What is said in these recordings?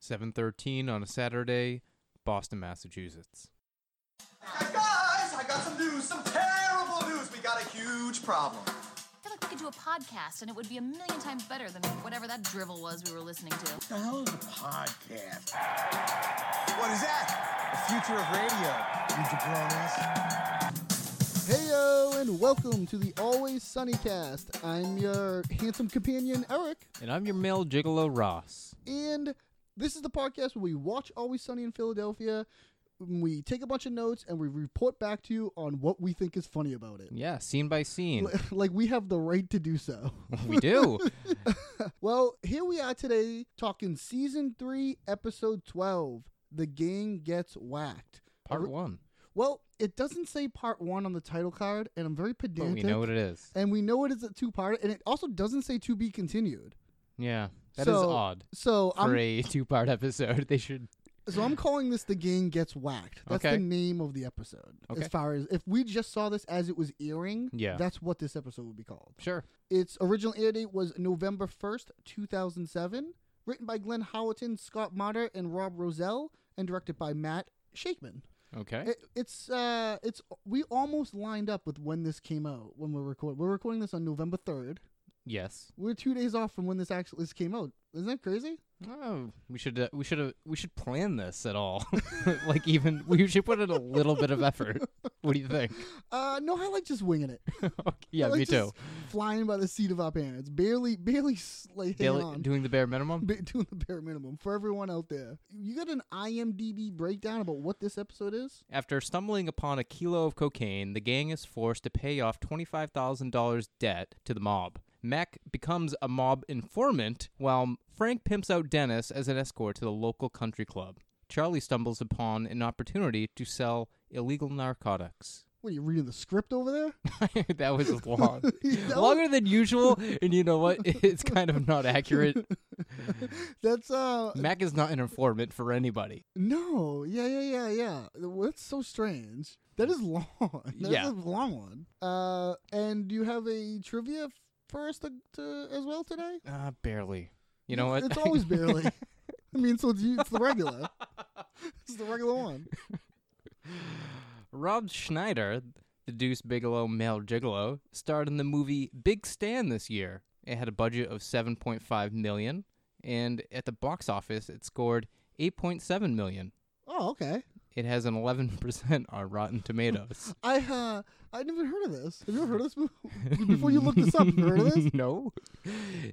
7:13 on a Saturday, Boston, Massachusetts. Guys, I got some news, some terrible news. We got a huge problem. I feel like we could do a podcast and it would be a million times better than whatever that drivel was we were listening to. The hell is a podcast? What is that? The future of radio, you jabronis. Heyo and welcome to the Always Sunny Cast. I'm your handsome companion Eric, And I'm your male gigolo Ross. and this is the podcast where we watch Always Sunny in Philadelphia. We take a bunch of notes and we report back to you on what we think is funny about it. Yeah, scene by scene. Like we have the right to do so. we do. well, here we are today talking season three, episode twelve. The gang gets whacked. Part 1. Well, it doesn't say part one on the title card, and I'm very But pedantic. we know what it is. and we know it is a two part, and it also doesn't say to be continued. Yeah. that is So- odd. So For I'm a two-part episode, they should so I'm calling this the gang gets whacked. That's Okay. the name of the episode. Okay. As far as if we just saw this as it was airing, Yeah. that's what this episode would be called. Sure. Its original air date was November first, two thousand seven. Written by Glenn Howerton, Scott Motter, and Rob Rosell, and directed by Matt Shakeman. Okay. It, it's uh, it's we almost lined up with when this came out when we're recording. We're recording this on November third. yes. We're two days off from when this actually this came out. Isn't that crazy? Oh, we should uh, we should uh, we should plan this at all. like even we should put in a little bit of effort. What do you think? Uh, no, I like just winging it. Okay, yeah, like me too. just Flying by the seat of our pants, barely, barely, s- like Daily- hanging on, doing the bare minimum. Ba- doing the bare minimum for everyone out there. You got an IMDb breakdown about what this episode is? After stumbling upon a kilo of cocaine, the gang is forced to pay off $25,000 debt to the mob. Mac becomes a mob informant while Frank pimps out Dennis as an escort to the local country club. Charlie stumbles upon an opportunity to sell illegal narcotics. What are you reading the script over there? that was long. That Longer than usual, and you know what? It's kind of not accurate. That's uh, Mac is not an informant for anybody. no, yeah, yeah, yeah, yeah. Well, That's so strange. That is long. That's Yeah. a long one. Uh, and do you have a trivia f- for us to, to as well today? Uh, barely. You know what? Ah, It's always barely. I mean, so it's, it's the regular. It's the regular one. Rob Schneider, the Deuce Bigelow male gigolo, starred in the movie Big Stand this year. It had a budget of 7.5 million, and at the box office, it scored 8.7 million. Oh, okay. It has an 11% on Rotten Tomatoes. I uh, I never heard of this. Have you ever heard of this? movie? Before you look this up, you heard of this? no.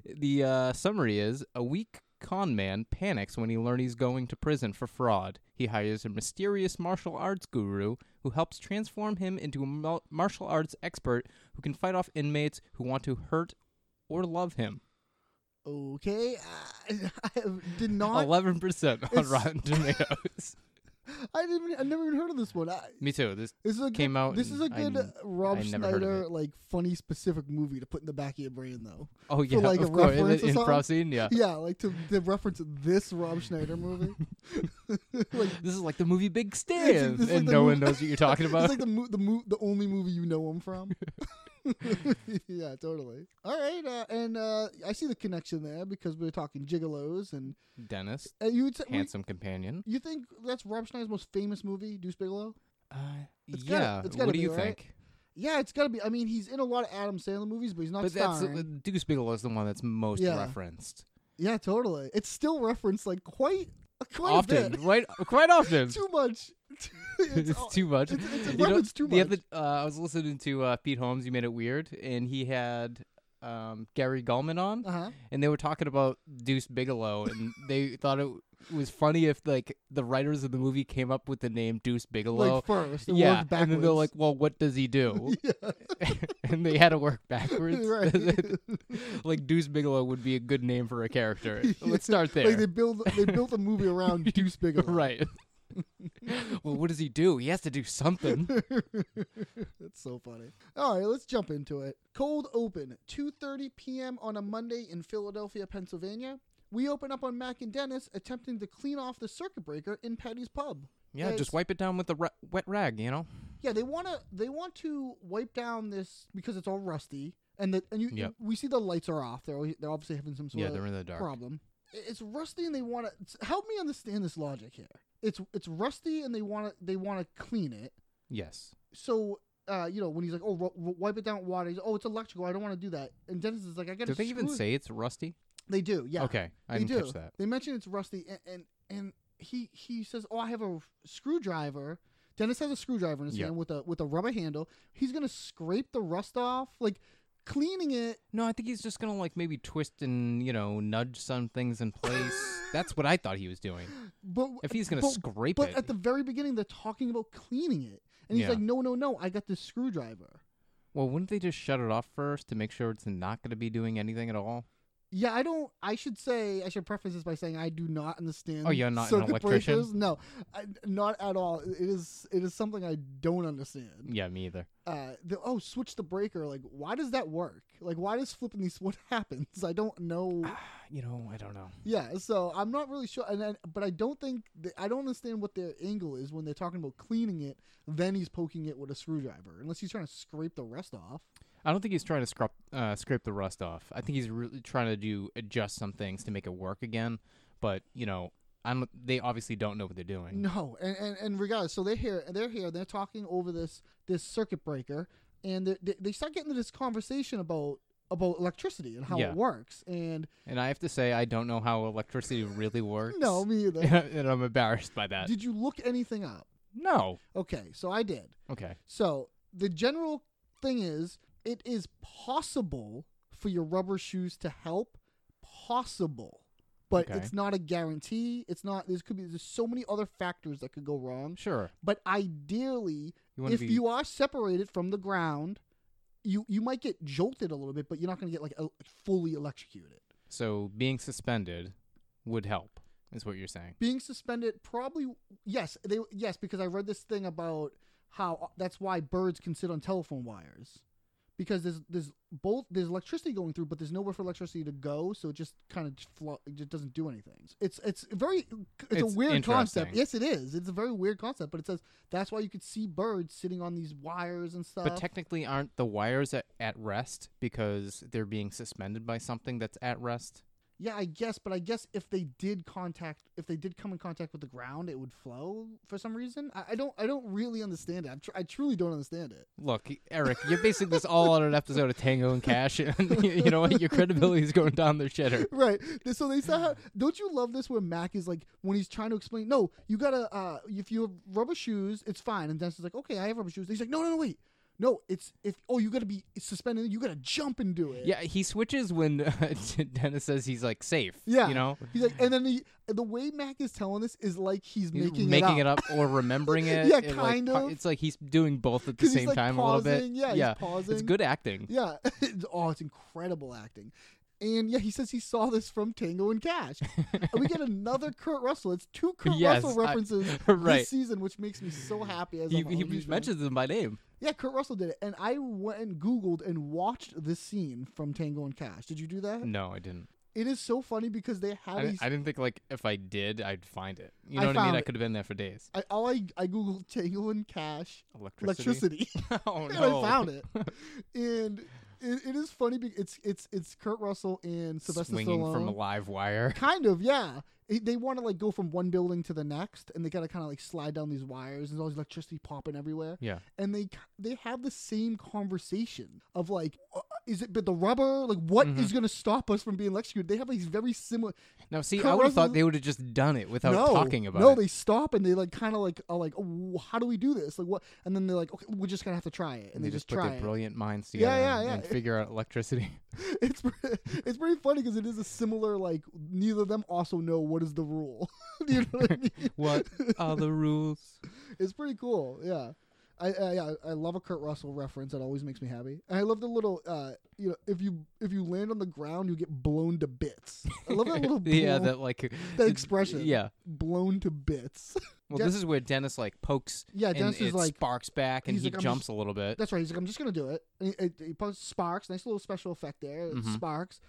The uh, summary is a weak con man panics when he learns he's going to prison for fraud. He hires a mysterious martial arts guru who helps transform him into a mul- martial arts expert who can fight off inmates who want to hurt or love him. Okay, I, I did not. 11% on It's- Rotten Tomatoes. I didn't. Even, I never even heard of this one. I, Me too. This this is a Came good, out This is a and I good n- uh, Rob I never heard of Schneider it. like funny specific movie to put in the back of your brain though. Oh yeah, like, of a course. In reference the or improv something? scene, yeah. Yeah, like to, to reference this Rob Schneider movie. like This is like the movie Big it's- Stand, it's like and the no mov- one knows what you're talking about. It's like the mo- the mo- the only movie you know him from. yeah, totally. All right, uh, and uh, I see the connection there because we were talking gigolos, and Dennis, uh, you would say, we- handsome companion. you think that's Rob Schneider's most famous movie, Deuce Bigelow? Uh, It's yeah. gotta- it's gotta what do be, you right? think? Yeah, it's got to be. I mean, he's in a lot of Adam Sandler movies, but he's not But that's starring. uh, Deuce Bigelow is the one that's most Yeah. referenced yeah, totally. It's still referenced like quite quite a often, bit. quite quite often. too much. it's, it's, too much. it's- it's a You know, reference too the other- much. uh, I was listening to uh, Pete Holmes. You made it weird, and he had um, Gary Gulman on, Uh huh. and they were talking about Deuce Bigelow, and they thought it was funny if like the writers of the movie came up with the name Deuce Bigelow. Like first, it yeah, worked and then they're like, backwards. "Well, what does he do?" and they had to work backwards. Right. like Deuce Bigelow would be a good name for a character. Let's start there. Like they build they built a movie around Deuce Bigelow. right. well, what does he do? He has to do something. That's so funny. All right, let's jump into it. Cold open, 2:30 p.m. on a Monday in Philadelphia, Pennsylvania. We open up on Mac and Dennis attempting to clean off the circuit breaker in Patty's pub. Yeah, It's- just wipe it down with a ra- wet rag, you know. Yeah, they want to they want to wipe down this because it's all rusty and the and you Yep. we see the lights are off. They're always, they're obviously having some sort Yeah, of they're in the dark. problem. it's rusty and they want to help me understand this logic here. It's it's rusty and they want to they want to clean it. Yes. So uh, you know when he's like, oh, w- w- wipe it down with water. He's, oh, it's electrical. I don't want to do that. And Dennis is like, I got Do to. they even say it's rusty? They do. Yeah. Okay, I they didn't do. catch that. They mention it's rusty and and, and he he says, oh, I have a screwdriver. Dennis has a screwdriver in his Yeah. hand with a with a rubber handle. He's gonna scrape the rust off, like cleaning it. No, I think he's just gonna like maybe twist and you know nudge some things in place. That's what I thought he was doing. But If he's gonna but, scrape but it, at the very beginning, they're talking about cleaning it, and he's Yeah. like, "No, no, no! I got this screwdriver." well, wouldn't they just shut it off first to make sure it's not gonna be doing anything at all? Yeah, I don't. I should say I should preface this by saying I do not understand. Oh, you're not an circuit electrician? breakers. No, I, not at all. It is it is something I don't understand. Yeah, me either. Uh, the, oh, switch the breaker. Like, why does that work? Like, why does flipping these? What happens? I don't know. You know, I don't know. Yeah, so I'm not really sure, and I, but I don't think th- I don't understand what their angle is when they're talking about cleaning it. Then he's poking it with a screwdriver, unless he's trying to scrape the rest off. I don't think he's trying to scrub, uh, scrape the rust off. I think he's really trying to do adjust some things to make it work again. But you know, I'm they obviously don't know what they're doing. No, and and, and regardless, so they're here, they're here, they're talking over this this circuit breaker, and they- they they start getting into this conversation about about electricity and how Yeah. it works, and And I have to say, I don't know how electricity really works. no, me either. and I'm embarrassed by that. Did you look anything up? no. Okay, so I did. Okay. So the general thing is, it is possible for your rubber shoes to help, possible, but Okay. it's not a guarantee. It's not. There could be. There's so many other factors that could go wrong. Sure. But ideally, You wanna if be- you are separated from the ground, you you might get jolted a little bit, but you're not going to get like el- fully electrocuted. So being suspended would help, is what you're saying. being suspended probably yes they yes because i read this thing about how uh, that's why birds can sit on telephone wires because there's there's both there's electricity going through but there's nowhere for electricity to go so it just kind of flo- it just doesn't do anything it's it's very it's, It's a weird concept interesting. yes it is it's a very weird concept but it says that's why you could see birds sitting on these wires and stuff But technically, aren't the wires at, at rest because they're being suspended by something that's at rest? yeah i guess but i guess if they did contact if they did come in contact with the ground it would flow for some reason i, I don't i don't really understand it I'm tr- i truly don't understand it Look, Eric, you're basing this all on an episode of Tango and Cash, and you you know what? Your credibility is going down the shitter. right. Th- So they said, how, don't you love this where Mac is like when he's trying to explain? No, you gotta. Uh, if you have rubber shoes, it's fine. And Dennis is like, okay, I have rubber shoes. he's like, no, no, no, wait, no, it's if oh, you gotta be suspended. You gotta jump and do it. Yeah, he switches when uh, Dennis says he's like safe. yeah. you know, he's like, and then he, the way Mac is telling this is like he's He's making, it, up. or remembering it. Yeah, It, like, kind pa- of. It's like he's doing both at the 'Cause he's, same like, time a little pausing. bit. Yeah, he's yeah, it's pausing. good acting. Yeah. It's- oh, it's incredible acting. And yeah, he says he saw this from Tango and Cash. and we get another Kurt Russell. It's two Kurt Yes, Russell I- references right. this season, which makes me so happy. As He, I'm a he huge fan. mentions him by name. Yeah, Kurt Russell did it, and I went and Googled and watched this scene from Tango and Cash. Did you do that? No, I didn't. It is so funny because they have I, di- these. I didn't think like if I did, I'd find it. You I know what I mean? found I it. could have been there for days. I, all I, I googled Tango and Cash Electricity. electricity, oh no! and I found it. and it, it is funny. Because it's it's it's Kurt Russell and Sylvester Swinging Stallone. from a live wire. kind of, yeah. It- They want to like go from one building to the next, and they gotta kind of like slide down these wires. There's all this electricity popping everywhere. Yeah. and they they have the same conversation of like uh, is it but the rubber like what Mm-hmm. is going to stop us from being electrocuted they have these very similar Now, see, Kurt I would have thought Russell- they would have just done it without no talking about no it. they stop and they like kind of like are like oh, how do we do this like what and then they're like okay we're just going to have to try it and, and they, just, put try their it brilliant minds Yeah, together yeah, and- yeah. and figure out electricity. it's pre- it's pretty funny because it is a similar like neither of them also know what is the rule Do you know what I mean? what are the rules? it's pretty cool yeah I, I yeah, I love a Kurt Russell reference. That always makes me happy. And I love the little, uh, you know, if you if you land on the ground, you get blown to bits. I love that little, yeah, blown- that like that it- expression. Yeah. blown to bits. Well, Den- this is where Dennis like pokes. Yeah, and Dennis is it like- sparks back, and he's he like, I'm jumps just- a little bit. That's right. He's like, I'm just gonna do it. And he- it, it posts sparks. Nice little special effect there. It Mhm. Sparks.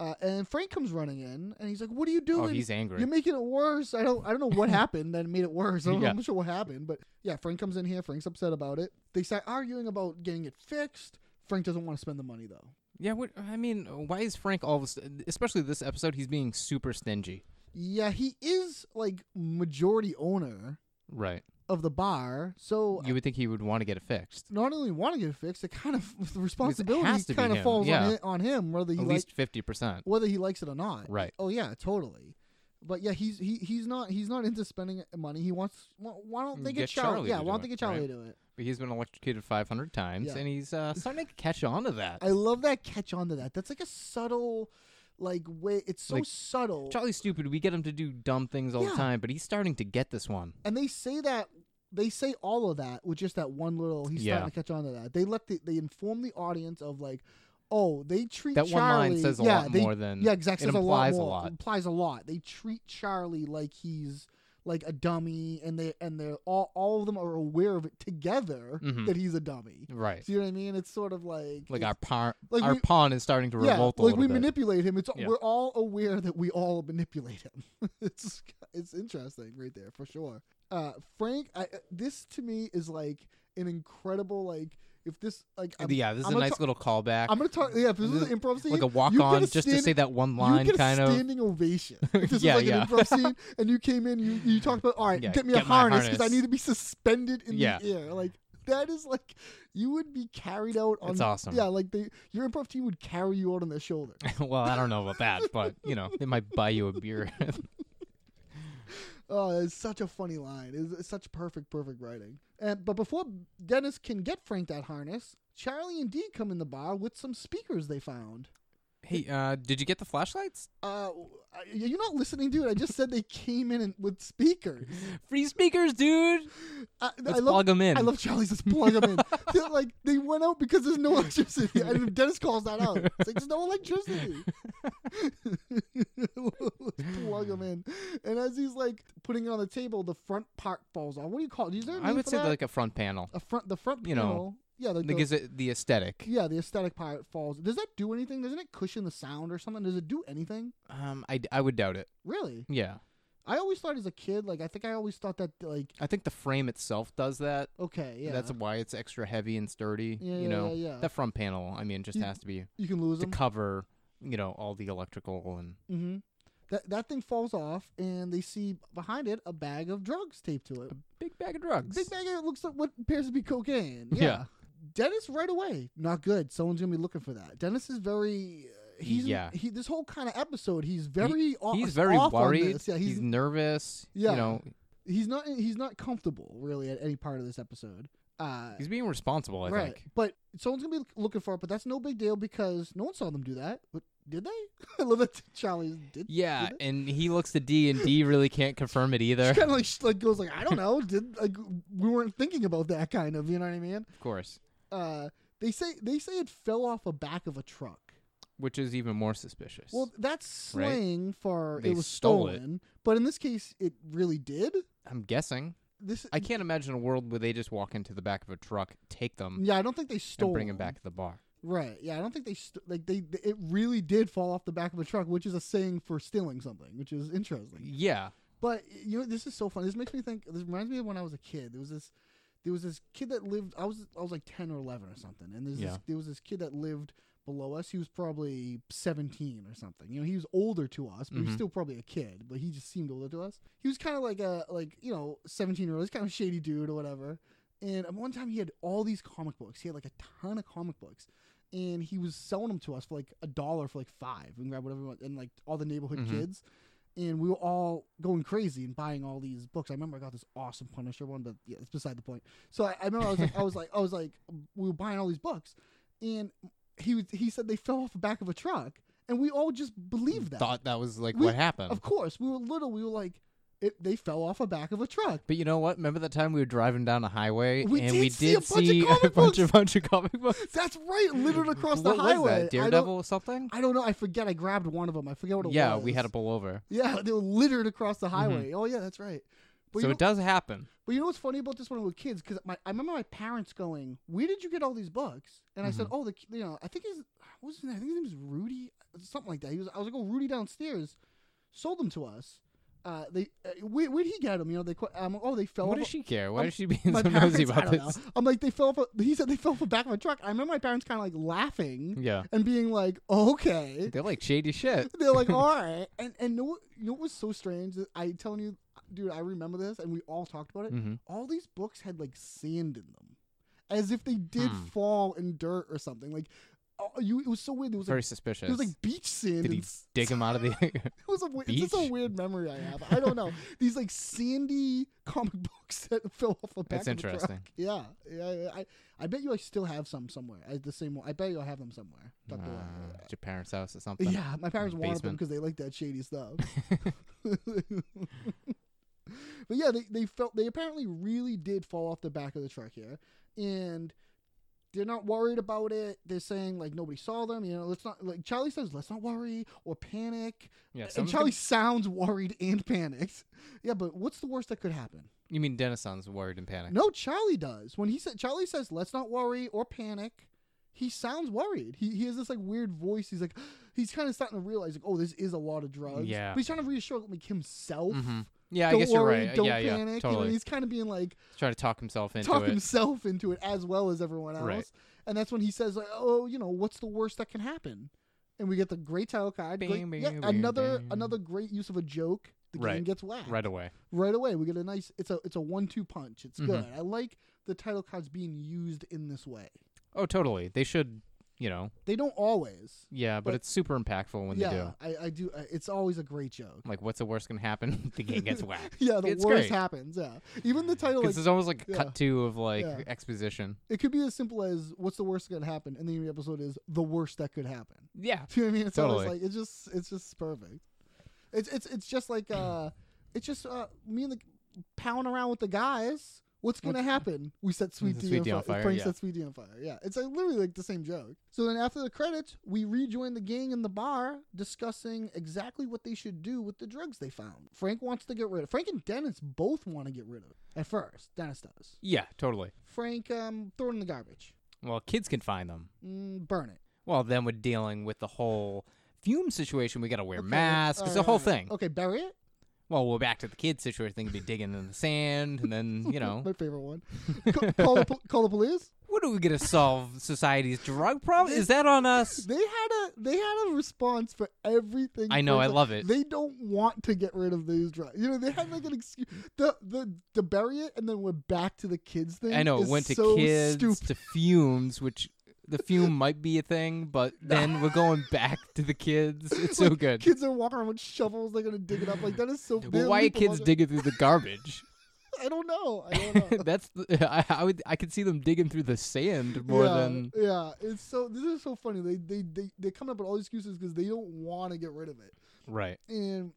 Uh, and Frank comes running in, and he's like, "What are you doing? Oh, he's angry. You're making it worse. I don't. I don't know what happened that made it worse. I don't Yeah. know. I'm not sure what happened, but yeah, Frank comes in here. Frank's upset about it. They start arguing about getting it fixed. Frank doesn't want to spend the money though. Yeah, what I mean, why is Frank all of a sudden, especially this episode, he's being super stingy? Yeah, he is like majority owner Right. of the bar, so You would think he would want to get it fixed. not only want to get it fixed, it kind of the responsibility has to be kind of him, falls yeah. on, it, on him whether he At like, least fifty percent. whether he likes it or not. Right. Oh yeah, totally. But yeah, he's he, he's not he's not into spending money. He wants why- why don't they Mm, get, Get Charlie? Charlie Yeah, to why do don't they it, get Charlie right? to do it? But he's been electrocuted five hundred times, Yeah. and he's uh, starting to catch on to that. I love that catch on to that. That's like a subtle, like way. It's so Like, subtle. Charlie's stupid. We get him to do dumb things all Yeah. the time, but he's starting to get this one. and they say that they say all of that with just that one little he's Yeah. starting to catch on to that they let the, they inform the audience of like oh they treat That one line Charlie- says a yeah, lot they- more than- yeah exactly it says a lot implies a more lot. implies a lot they treat charlie like he's like a dummy and they and they're all all of them are aware of it together Mhm. that he's a dummy Right. see what i mean it's sort of like Like it's- our pawn, like our we- pawn is starting to yeah, revolt a like little we bit. manipulate him. It's Yeah. we're all aware that we all manipulate him. it's it's interesting right there for sure. Uh, Frank, I, this to me is like an incredible like if this like I'm, yeah, this is I'm a gonna nice ta- little callback. I'm gonna talk. Yeah, if this This was is an improv scene, like a you'd walk get on a just to stand- say that one you'd line, get a kind of. standing ovation. If this Yeah, was like yeah. an improv scene, and you came in, you you talked about all right, Yeah, get me a get my harness because I harness. need to be suspended in Yeah. the air. Like that is like you would be carried out on. It's awesome. Yeah, like they, your improv team would carry you out on their shoulder. well, I don't know about that, but you know, they might buy you a beer. Oh, it's such a funny line. It's, it's such perfect, perfect writing. And but before Dennis can get Frank that harness, Charlie and Dee come in the bar with some speakers they found. hey, uh, did you get the flashlights? Uh, I- you're not listening, dude. I just said they came in and, with speakers. Free speakers, dude. I, Let's I love, plug 'em in. I love Charlie's. Let's plug them in. They're like they went out because there's no electricity. I mean, Dennis calls that out. It's like there's no electricity. Let's plug them in. And as he's like putting it on the table, the front part falls off. What do you call it? Is there a I name would for say that? like a front panel. a front the front you you know, know yeah the, That the, gives it the aesthetic. yeah the aesthetic part falls does that do anything doesn't it cushion the sound or something does it do anything Um, I, I would doubt it. really Yeah, i always thought as a kid like i think i always thought that like I think the frame itself does that. okay yeah That's why it's extra heavy and sturdy. Yeah, you know, yeah, yeah. that front panel. I mean, just You- has to be you can lose to them cover. You know, all the electrical and mm-hmm. that, that thing falls off and they see behind it a bag of drugs taped to it big bag of drugs. big bag of, it looks like what appears to be cocaine yeah, Yeah. dennis right away not good someone's gonna be looking for that dennis is very uh, He's Yeah. He this whole kind of episode. He's He- very off, he's very off on worried. this. Yeah, he's, he's nervous. Yeah. you know, he's not he's not comfortable really at any part of this episode. Uh, he's being responsible. I right, think. but someone's gonna be looking for it, but that's no big deal because no one saw them do that. But did they? I love that Charlie did. Yeah, did they? and he looks to D, and D really can't confirm it either. She kind of like, she, like goes like I don't know. Did like we weren't thinking about that kind of you know what I mean? Of course, Uh, they say they say it fell off the back of a truck. which is even more suspicious. Well, that's Right. slang for They it was stole it. stolen, but in this case, it really did. I'm guessing. This I can't imagine a world where they just walk into the back of a truck, take them, yeah, I don't think they stole and bring them them. back to the bar. Right. Yeah, I don't think they st- like they th- it really did fall off the back of a truck, which is a saying for stealing something, which is interesting. Yeah, But you know, this is so fun. This makes me think. This reminds me of when I was a kid. There was this, there was this kid that lived. I was I was like ten or eleven or something, and there's Yeah. this, there was this kid that lived below us. He was probably seventeen or something. You know, he was older to us, but he was Mhm. still probably a kid. But he just seemed older to us. He was kind of like a like you know seventeen year old. He's kind of a shady dude or whatever. And um, one time he had all these comic books. He had like a ton of comic books. And he was selling them to us for like a dollar for like five. We can grab whatever we want. And like all the neighborhood Mhm. kids. And we were all going crazy and buying all these books. I remember I got this awesome Punisher one, but yeah, it's beside the point. So I, I remember I was like, I was like, I was like, um, we were buying all these books. And he was, he said they fell off the back of a truck. And we all just believed that. thought that was like We- what happened. of course, we were little. We were like, it, they fell off a back of a truck. but you know what? Remember that time we were driving down a highway We and did we see a did bunch of see a comic bunch of bunch of comic books. That's right, littered across the what highway. was I that? don't- Daredevil or something? I don't know. I forget. I grabbed one of them. I forget what it Yeah, was. we had to pull over. Yeah, they were littered across the highway. Oh yeah, that's right. so But, you know, it does happen. but you know what's funny about this when we were kids? Because my I remember my parents going, "Where did you get all these books?" And I said, Mm-hmm. "Oh, the you know I think his what was his name? I think his name was Rudy, something like that." He was I was like, "Oh, Rudy downstairs sold them to us." Uh, they uh, where, where'd he get him? You know, they qu- um, oh they fell. What off does a- she care? Why um, is she being so my nosy parents- about I don't this? know. I'm like they fell. Off a, he said they fell off the back of a truck. I remember my parents kind of like laughing Yeah. and being like, okay. They're like shady shit. They're like, all right, and and know what, you know what was so strange? That I telling you, dude, I remember this, and we all talked about it. hmm All these books had like sand in them, as if they did Hmm. fall in dirt or something. Like, oh, you, it was so weird. There was Very like, suspicious. there was like beach sand. Did and he s- dig him out of the? It was a weird, it's just a Beach? weird memory I have. I don't know. These like sandy comic books that fell off the back. That's of the truck. interesting. Yeah, yeah. yeah. I I bet you I still have some somewhere. I, the same. one- I bet you I have them somewhere. Uh, tucked away. at your parents' house or something. Yeah, my parents your wanted them basement. because they like that shady stuff. but yeah, they, they felt they apparently really did fall off the back of the truck here, and they're not worried about it. They're saying like nobody saw them. You know, let's not like Charlie says, let's not worry or panic. Yeah, and someone Charlie could- sounds worried and panicked. Yeah, but what's the worst that could happen? You mean Dennis sounds worried and panicked? No, Charlie does. When he said Charlie says, "Let's not worry or panic," he sounds worried. He, he has this like weird voice. He's like, he's kind of starting to realize like, oh, this is a lot of drugs. Yeah. but he's trying to reassure like himself. Mhm. Yeah, don't I guess worry, you're right. Don't yeah, panic. yeah, You know, totally. he's kind of being like Trying to talk himself into talk it. himself into it as well as everyone else. Right. And that's when he says, like, oh, you know, what's the worst that can happen? And we get the great title card. Bing, great- bing, yeah, bing, another bing. another great use of a joke. The game Right. gets whacked right away. right away. We get a nice. It's a it's a one two punch. It's Mhm. good. I like the title cards being used in this way. Oh, totally. They should, you know. They don't always. Yeah, but, But- it's super impactful when they yeah, do. I, I do. I, it's always a great joke. Like, what's the worst gonna happen? the game gets whacked. Yeah, the It's worst great. happens. Yeah, even the title like Because it's almost like a yeah. cut two of like Yeah. exposition. it could be as simple as "What's the worst that could happen?" and the end of the episode is "The worst that could happen." Yeah. Do you know what I mean? It's always Totally. like it's just it's just perfect. It's it's it's just like uh, it's just uh, me and the pound around with the guys. What's gonna happen? We set Sweet Set D Sweet on, D on fire. fire, Frank yeah. set Sweet D on fire. Yeah, it's like literally like the same joke. So then after the credits, we rejoin the gang in the bar discussing exactly what they should do with the drugs they found. Frank wants to get rid of. Frank and Dennis both want to get rid of. it At first, Dennis does. Yeah, totally. Frank um throw it in the garbage, Well, kids can find them. mm, burn it. Well, then we're dealing with the whole fume situation. We gotta wear Okay, masks. It's a alright, whole alright. thing. Okay, bury it. Well, we're back to the kid situation. Thing be digging in the sand, and then you know, my favorite one. Ca- call, the, pol- call the police. what are we gonna solve society's drug problem? Is that on us? They had a they had a response for everything. I know, I Prince- love it. They don't want to get rid of these drugs. You know, they had like an excuse. The the the bury it and then we're back to the kids thing. I know it is went to so kids Stupid. to fumes, which the fume might be a thing, but then we're going back to the kids. It's so Like, good. Kids are walking around with shovels. They're gonna dig it up. Like that is so. Well, they're why are leaping kids on it. digging through the garbage? I don't know. I don't know. That's the, I, I would I could see them digging through the sand more yeah, than yeah, it's so this is so funny. They they they they come up with all these excuses because they don't want to get rid of it. right. and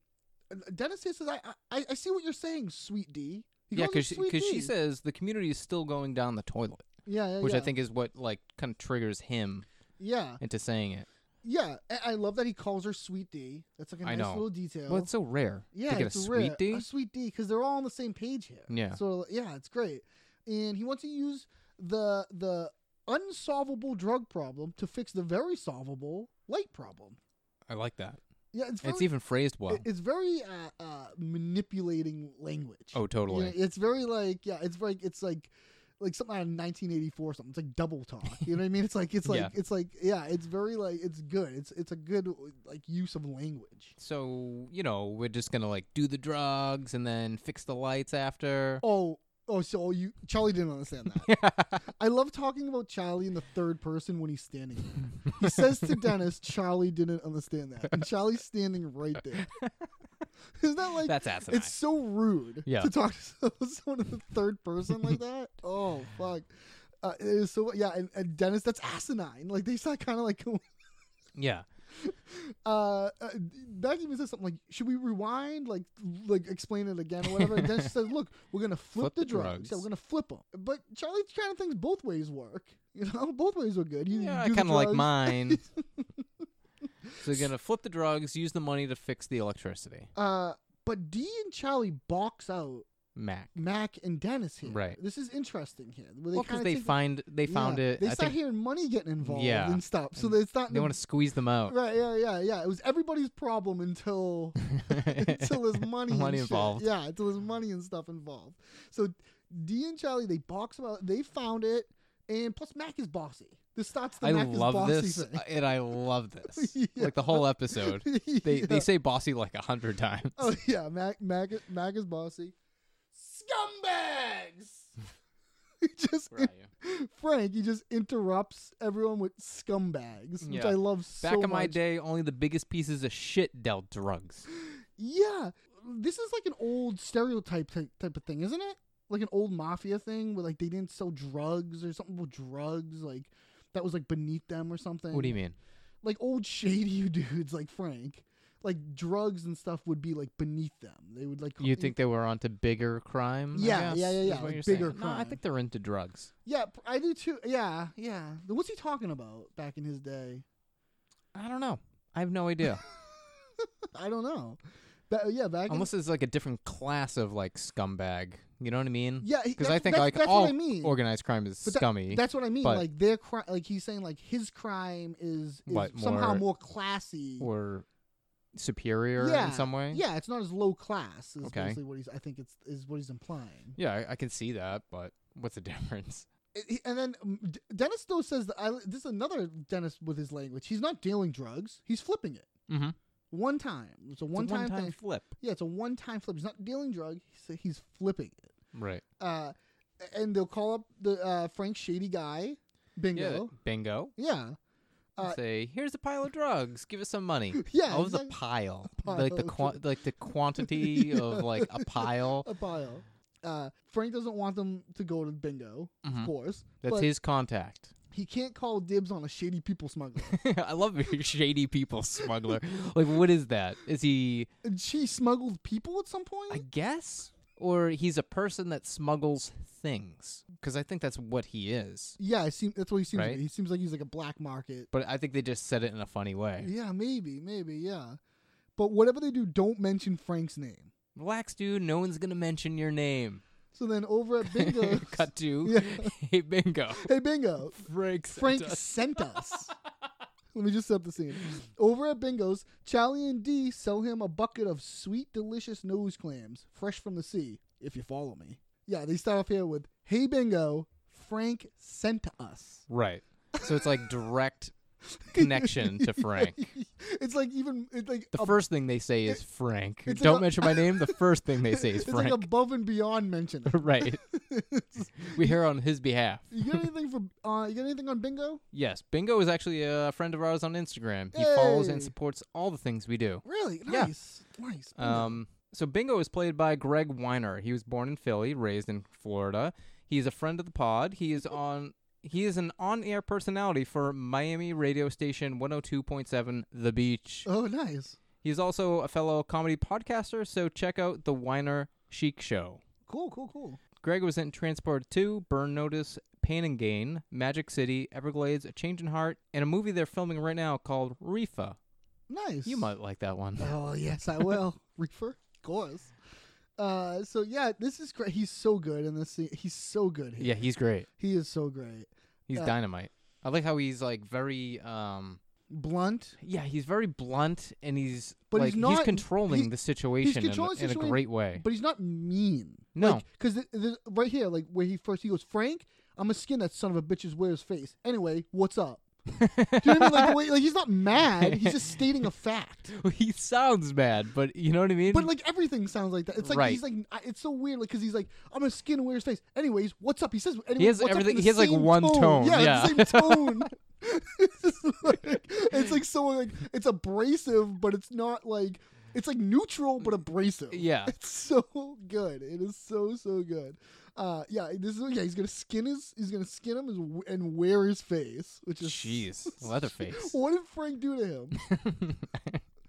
uh, Dennis here says, I, "I I see what you're saying, Sweet D." He Yeah, calls her because Sweet she D. says the community is still going down the toilet, "Yeah, yeah which I Uh, yeah. think is what like kind of triggers him yeah, into saying it. yeah." I- I love that he calls her Sweet D. That's like a I nice know. little detail. Well, it's so rare. yeah, to get it's a sweet rare. D. a Sweet D, because they're all on the same page here. Yeah. So yeah, it's great, and he wants to use the the unsolvable drug problem to fix the very solvable light problem. I like that. Yeah, it's very, It's even phrased well. it- it's very uh, uh, manipulating language. oh, You totally. know, it's very like yeah, it's like it's like like something out of 1984 or something. It's like double talk. You know what I mean? It's like it's like Yeah. it's like yeah, it's very like it's good. It's it's a good like use of language. So, you know, we're just going to like do the drugs and then fix the lights after. Oh, oh, so you Charlie didn't understand that. I love talking about Charlie in the third person when he's standing. There. He says to Dennis, "Charlie didn't understand that," and Charlie's standing right there. Isn't that like That's asinine. It's so rude Yeah. to talk to someone in the third person like that. Oh fuck. Uh, it is so yeah, and, and Dennis, that's asinine. Like they start kind of like, yeah. uh, uh, Beck even says something like, "Should we rewind? Like, like explain it again or whatever." And Dennis just says, "Look, we're gonna flip, Flip the, the drugs. drugs. Yeah, we're gonna flip them." But Charlie kind of thinks both ways work. You know, both ways are good. You Yeah, I do the kind of like drugs. mine. so, going to flip the drugs, use the money to fix the electricity. Uh, but Dee and Charlie box out Mac. Mac and Dennis here. Right. This is interesting here. Where Well, because kinda they take- find they found Yeah, it. They I start think hearing money getting involved Yeah. and stuff. So And they start. they want to squeeze them out. Right. Yeah. Yeah. Yeah. It was everybody's problem until until there's money, and Money shit. involved. Yeah, until there's money and stuff involved. So D and Charlie they box about. They found it, and plus Mac is bossy. This starts the I Mac is love bossy this, thing. uh, and I love this. Yeah. Like the whole episode, they Yeah. they say bossy like a hundred times. Oh yeah, Mac Mac Mac is bossy. Scumbags. he just Where are you? Frank. He just interrupts everyone with scumbags, which Yeah. I love so Back in my much. day, only the biggest pieces of shit dealt drugs. Yeah, this is like an old stereotype ty- type of thing, isn't it? Like an old mafia thing where like they didn't sell drugs or something with drugs, like that was like beneath them or something. What do you mean? Like old shady dudes like Frank, like drugs and stuff would be like beneath them. They would like You think they were onto bigger crime? I Yeah, guess, yeah, yeah, is yeah, what like you're bigger saying? No, I crime. think they're into drugs. Yeah, p- I do too. Yeah, yeah. Then What's he talking about back in his day? I don't know. I have no idea. I don't know. Ba- yeah, back in- Unless it's like a different class of like scumbag. You know what I mean? Yeah, he- Because I that's- think that's- like that's what all I mean. organized crime is But that- scummy. that's what I mean. but- Like their crime, like he's saying, like his crime is, is What, somehow more- more classy. or superior yeah, in some way. Yeah, it's not as low class. Is Okay. basically what he's. I think it's is what he's implying. Yeah, I, I can see that, but what's the difference? I- he- And then um, D- Dennis though says that I, this is another Dennis with his language. He's not dealing drugs. He's flipping it Mm-hmm. one time. It's a one time thing. flip. Yeah, it's a one time flip. He's not dealing drug. He's, he's flipping it. Right. uh, and they'll call up the uh, Frank Shady guy, Bingo. Yeah. Bingo. Yeah, Uh, Say, here's a pile of drugs. Give us some money. Yeah, Oh, it was a exact- pile. pile Like the of qua- like the quantity of like a pile. a pile. Uh, Frank doesn't want them to go to Bingo, Mhm. of course. That's but his contact. He can't call dibs on a shady people smuggler. I love your shady people smuggler. Like, what is that? Is he? And she smuggled people at some point. I guess, or he's a person that smuggles things. Because I think that's what he is. yeah, it seem, that's what he seems. Right? Like. He seems like he's like a black market. But I think they just said it in a funny way. Yeah, maybe, maybe, yeah. But whatever they do, don't mention Frank's name. Relax, dude. No one's gonna mention your name. So then over at Bingo, Cut to Yeah. hey bingo. hey Bingo, Frank. sent Frank us- sent us. Let me just set the scene. Over at Bingo's, Charlie and Dee sell him a bucket of sweet, delicious nose clams, fresh from the sea, if you follow me. Yeah, they start off here with, Hey Bingo, Frank sent us. Right. So it's like direct connection to Frank. it's like even, it's like, The ab- first thing they say is Frank. it's Don't like a- mention my name. The first thing they say is it's Frank. like above and beyond mention. right. we hear on his behalf. you got anything for, uh, you got anything on Bingo? Yes, Bingo is actually a friend of ours on Instagram. He follows and Hey. supports all the things we do. Really? Yeah. Nice. Nice. Bingo. Um, so Bingo is played by Greg Weiner. He was born in Philly, raised in Florida. He's a friend of the pod. He is on. He is an on-air personality for Miami radio station 102.7 The Beach. oh, nice. He's also a fellow comedy podcaster, so check out the Weiner Chic Show. Cool, cool, cool. Greg was in Transport 2, Burn Notice, Pain and Gain, Magic City, Everglades, A Change in Heart, and a movie they're filming right now called Reefa. Nice. You might like that one. Oh yes, I will. Reefer, of course. Uh, so yeah, this is great. He's so good in this. Scene. He's so good. Here. Yeah, he's great. he is so great. He's Uh, dynamite. I like how he's like very um Blunt. yeah, he's very blunt and he's But like he's not- controlling he- the situation in- controlling the in, a situation, great way. but he's not mean. No. because right here, like where he first he goes, Frank, I'm a skin that son of a bitches wears face. Anyway, what's up? Do you know what I mean? Like, the way, like he's not mad. He's just stating a fact. he sounds bad, but you know what I mean? But like everything sounds like that. It's like Right. he's like I- it's so weird. Like because he's like I'm a skin and wears face. Anyways, what's up? He says. Anyways, He has what's up in everything- the he has, like, same one tone, Yeah, yeah. it's the same tone. it's, just like, it's like so like it's abrasive, but it's not like it's like neutral but abrasive. Yeah. it's so good. It is so so good. Uh, yeah, this is yeah. He's gonna skin his. He's gonna skin him and- and wear his face, which is Jeez, Leatherface. What did Frank do to him?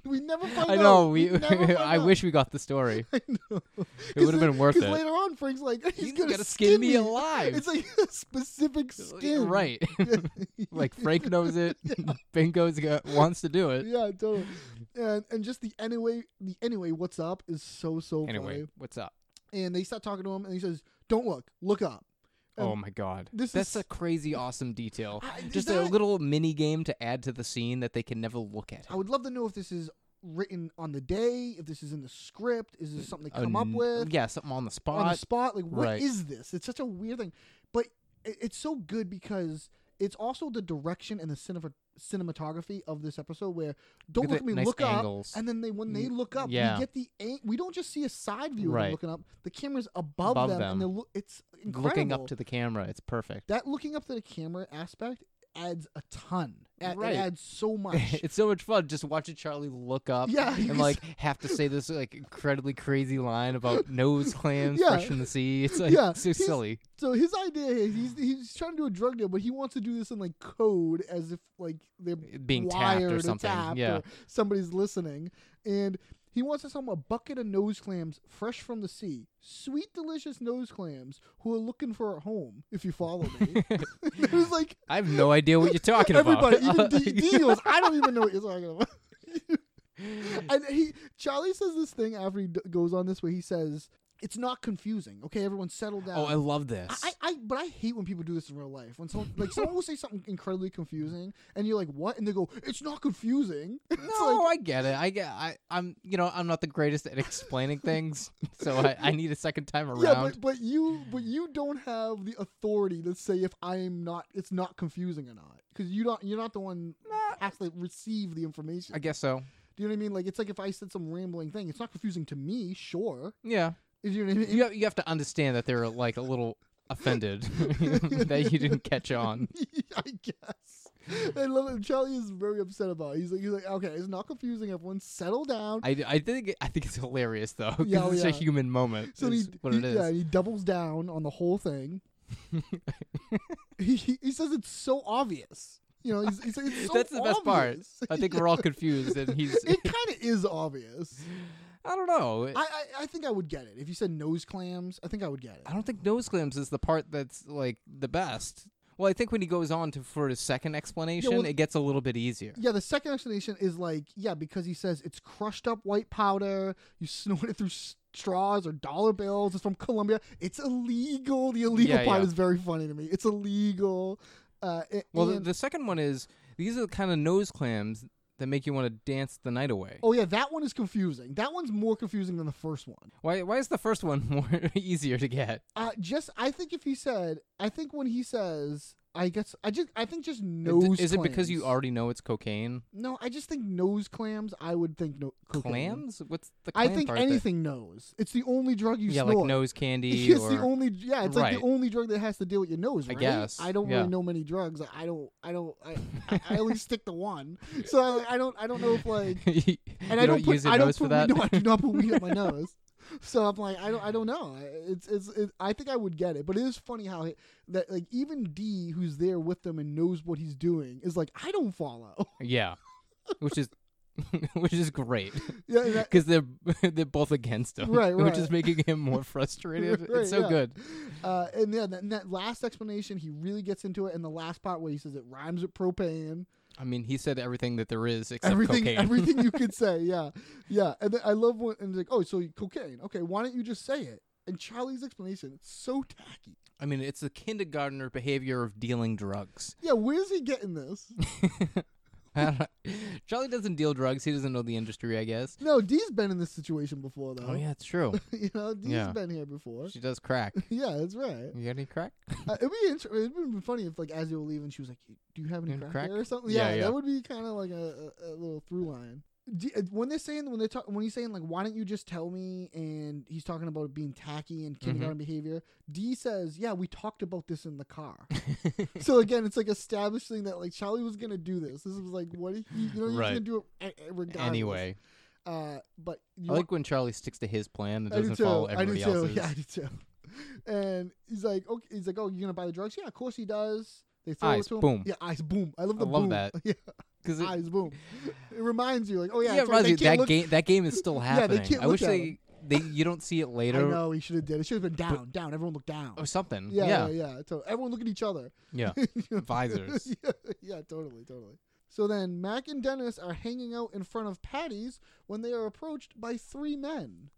We never find I out. know. We, never find I out. wish we got the story. I know. It would've been worth it. Because later on, Frank's like, he's, He's gonna, gonna skin skin, me me alive. It's like a specific skin, Right. like Frank knows it. Bingo's got, wants to do it. yeah, totally. And and just the anyway, the anyway, what's up is so so Anyway, funny. what's up? and they start talking to him, and he says, "Don't look, look up." oh my god. this That's is- a crazy awesome detail. I- is Just a that- little mini game to add to the scene that they can never look at. I would love to know if this is written on the day, if this is in the script, is this something they come up An- with? Oh, Yeah, something on the spot. on the spot. Like, what is Right. this? It's such a weird thing, but it, it's so good because it's also the direction and the cinema, cinematography of this episode. Where don't Look look at at the me, nice look angles. up, and then they when they Mm, look up, yeah. we get the ang- we don't just see a side view of Right. them looking up. The camera's above, Above them, them. and they're loo- it's incredible. Looking up to the camera. It's perfect. that looking up to the camera aspect adds a ton. A- Right. It adds so much. it's so much fun just watching Charlie look up Yeah, you and can like have to say this like incredibly crazy line about nose clams Yeah. fresh from the sea. It's like Yeah, so he's- silly. So his idea is he's he's trying to do a drug deal, but he wants to do this in like code as if like they're Being tapped or wired something, tapped yeah. or somebody's listening, and he wants to sell him a bucket of nose clams fresh from the sea, sweet, delicious nose clams who are looking for a home. If you follow me, it was like I have no idea what you're talking everybody, even about. D, D goes, I don't even know what you're talking about. and he Charlie says this thing after he d- goes on this way. He says. It's not confusing. Okay, everyone settle down. oh, I love this. I, I, I- but I hate when people do this in real life. When someone like someone will say something incredibly confusing, and you're like, "What?" and they go, "It's not confusing." It's no, like, I get it. I get. I, I'm. You know, I'm not the greatest at explaining things, so I, I need a second time around. yeah, but, but you but you don't have the authority to say if I am not it's not confusing or not because you don't you're not the one has to receive the information. I guess so. Do you know what I mean? Like it's like if I said some rambling thing, it's not confusing to me. Sure, Yeah, do you know what I mean? you have, you have to understand that they're like a little offended that you didn't catch on. I guess. I love it. Charlie is very upset about. It. He's like, he's like, okay, it's not confusing. Everyone, settle down. I, I think I think it's hilarious though. 'cause Yeah, oh, it's a yeah. human moment. So he, is what he- it is. yeah, he doubles down on the whole thing. he, he he says it's so obvious. You know, he's, he's like, it's so That's the best part. obvious. I think we're all confused, and he's. it kind of is obvious. I don't know. I, I I think I would get it if you said nose clams. I think I would get it. I don't think nose clams is the part that's like the best. Well, I think when he goes on to for his second explanation, well- it gets a little bit easier. Yeah, the second explanation is like, yeah, because he says it's crushed up white powder. You snort it through s- straws or dollar bills. It's from Colombia. It's illegal. The illegal Yeah, part yeah. is very funny to me. It's illegal. Uh, a- Well, the, and- the second one is these are the kind of nose clams that make you want to dance the night away. Oh yeah, that one is confusing. That one's more confusing than the first one. Why? Why is the first one more easier to get? Uh, just I think if he said, I think when he says, I guess I just I think just nose. is it because clams. you already know it's cocaine? No, I just think nose clams. I would think no cocaine. Clams? What's the I clam think part that- anything nose. It's the only drug you yeah, snort. like nose candy It's or the only yeah. It's like Right. the only drug that has to deal with your nose. I Right? guess, I don't yeah. really know many drugs. I don't. I don't. I, I, I only stick to one. So I, I don't. I don't know if like you and I don't, put, use your I don't nose put for that. Weed, no, I do not put weed up my nose. So I'm like, I don't, I don't know. It's, it's, it, I think I would get it, but it is funny how it, that like even D, who's there with them and knows what he's doing, is like, I don't follow. yeah, which is which is great. yeah, and that- because they're they're both against him, Right, Which is right. making him more frustrated. Right, it's so yeah. good. Uh, and yeah, that, and that last explanation, he really gets into it. And the last part where he says it rhymes with propane, I mean, he said everything that there is except everything, cocaine. everything you could say. Yeah, yeah. And then I love when and it's like, oh, so cocaine? Okay, why don't you just say it? And Charlie's explanation, it's so tacky. I mean, it's the kindergartner behavior of dealing drugs. Yeah, where's he getting this? I don't know. Charlie doesn't deal drugs. He doesn't know the industry, I guess. No, Dee's been in this situation before, though. Oh yeah, it's true. you know, Dee's Yeah. Mm. been here before. she does crack. Yeah, that's right. You got any crack? Uh, it'd be inter- it'd been funny if, like, as they were leaving, she was like, "Do you have any Any crack, crack?" there or something?" Yeah, Yeah, yeah. that would be kind of like a, a, a little through line. D- uh, when they're saying when they talk when he's saying like, "Why don't you just tell me?" and he's talking about it being tacky Mm-hmm. and kindergarten behavior. D says, "Yeah, we talked about this in the car." so again, it's like establishing that like Charlie was gonna do this. This was like what he, you know, he's Right. gonna do it a- a- regardless. Anyway, uh, but you I like when Charlie sticks to his plan and I do doesn't too. follow I do everybody too. else's. Yeah, I do too. And he's like, okay, he's like, oh, you're gonna buy the drugs? Yeah, of course he does. They throw Eyes, it to him. boom. Yeah, eyes boom. I love the I love boom. that. Yeah, 'Cause it- eyes boom. It reminds you, like, oh yeah, yeah, that's right, Rosie, they that can't look- game that game is still Yeah, they happening. can't I look wish at they, they you don't see it I later know he should have did. It should have been down, down. Everyone look down. or something. yeah, yeah, yeah. yeah. So everyone look at each other. yeah. Visors. yeah, yeah, totally, totally. So then Mac and Dennis are hanging out in front of Patty's when they are approached by three men.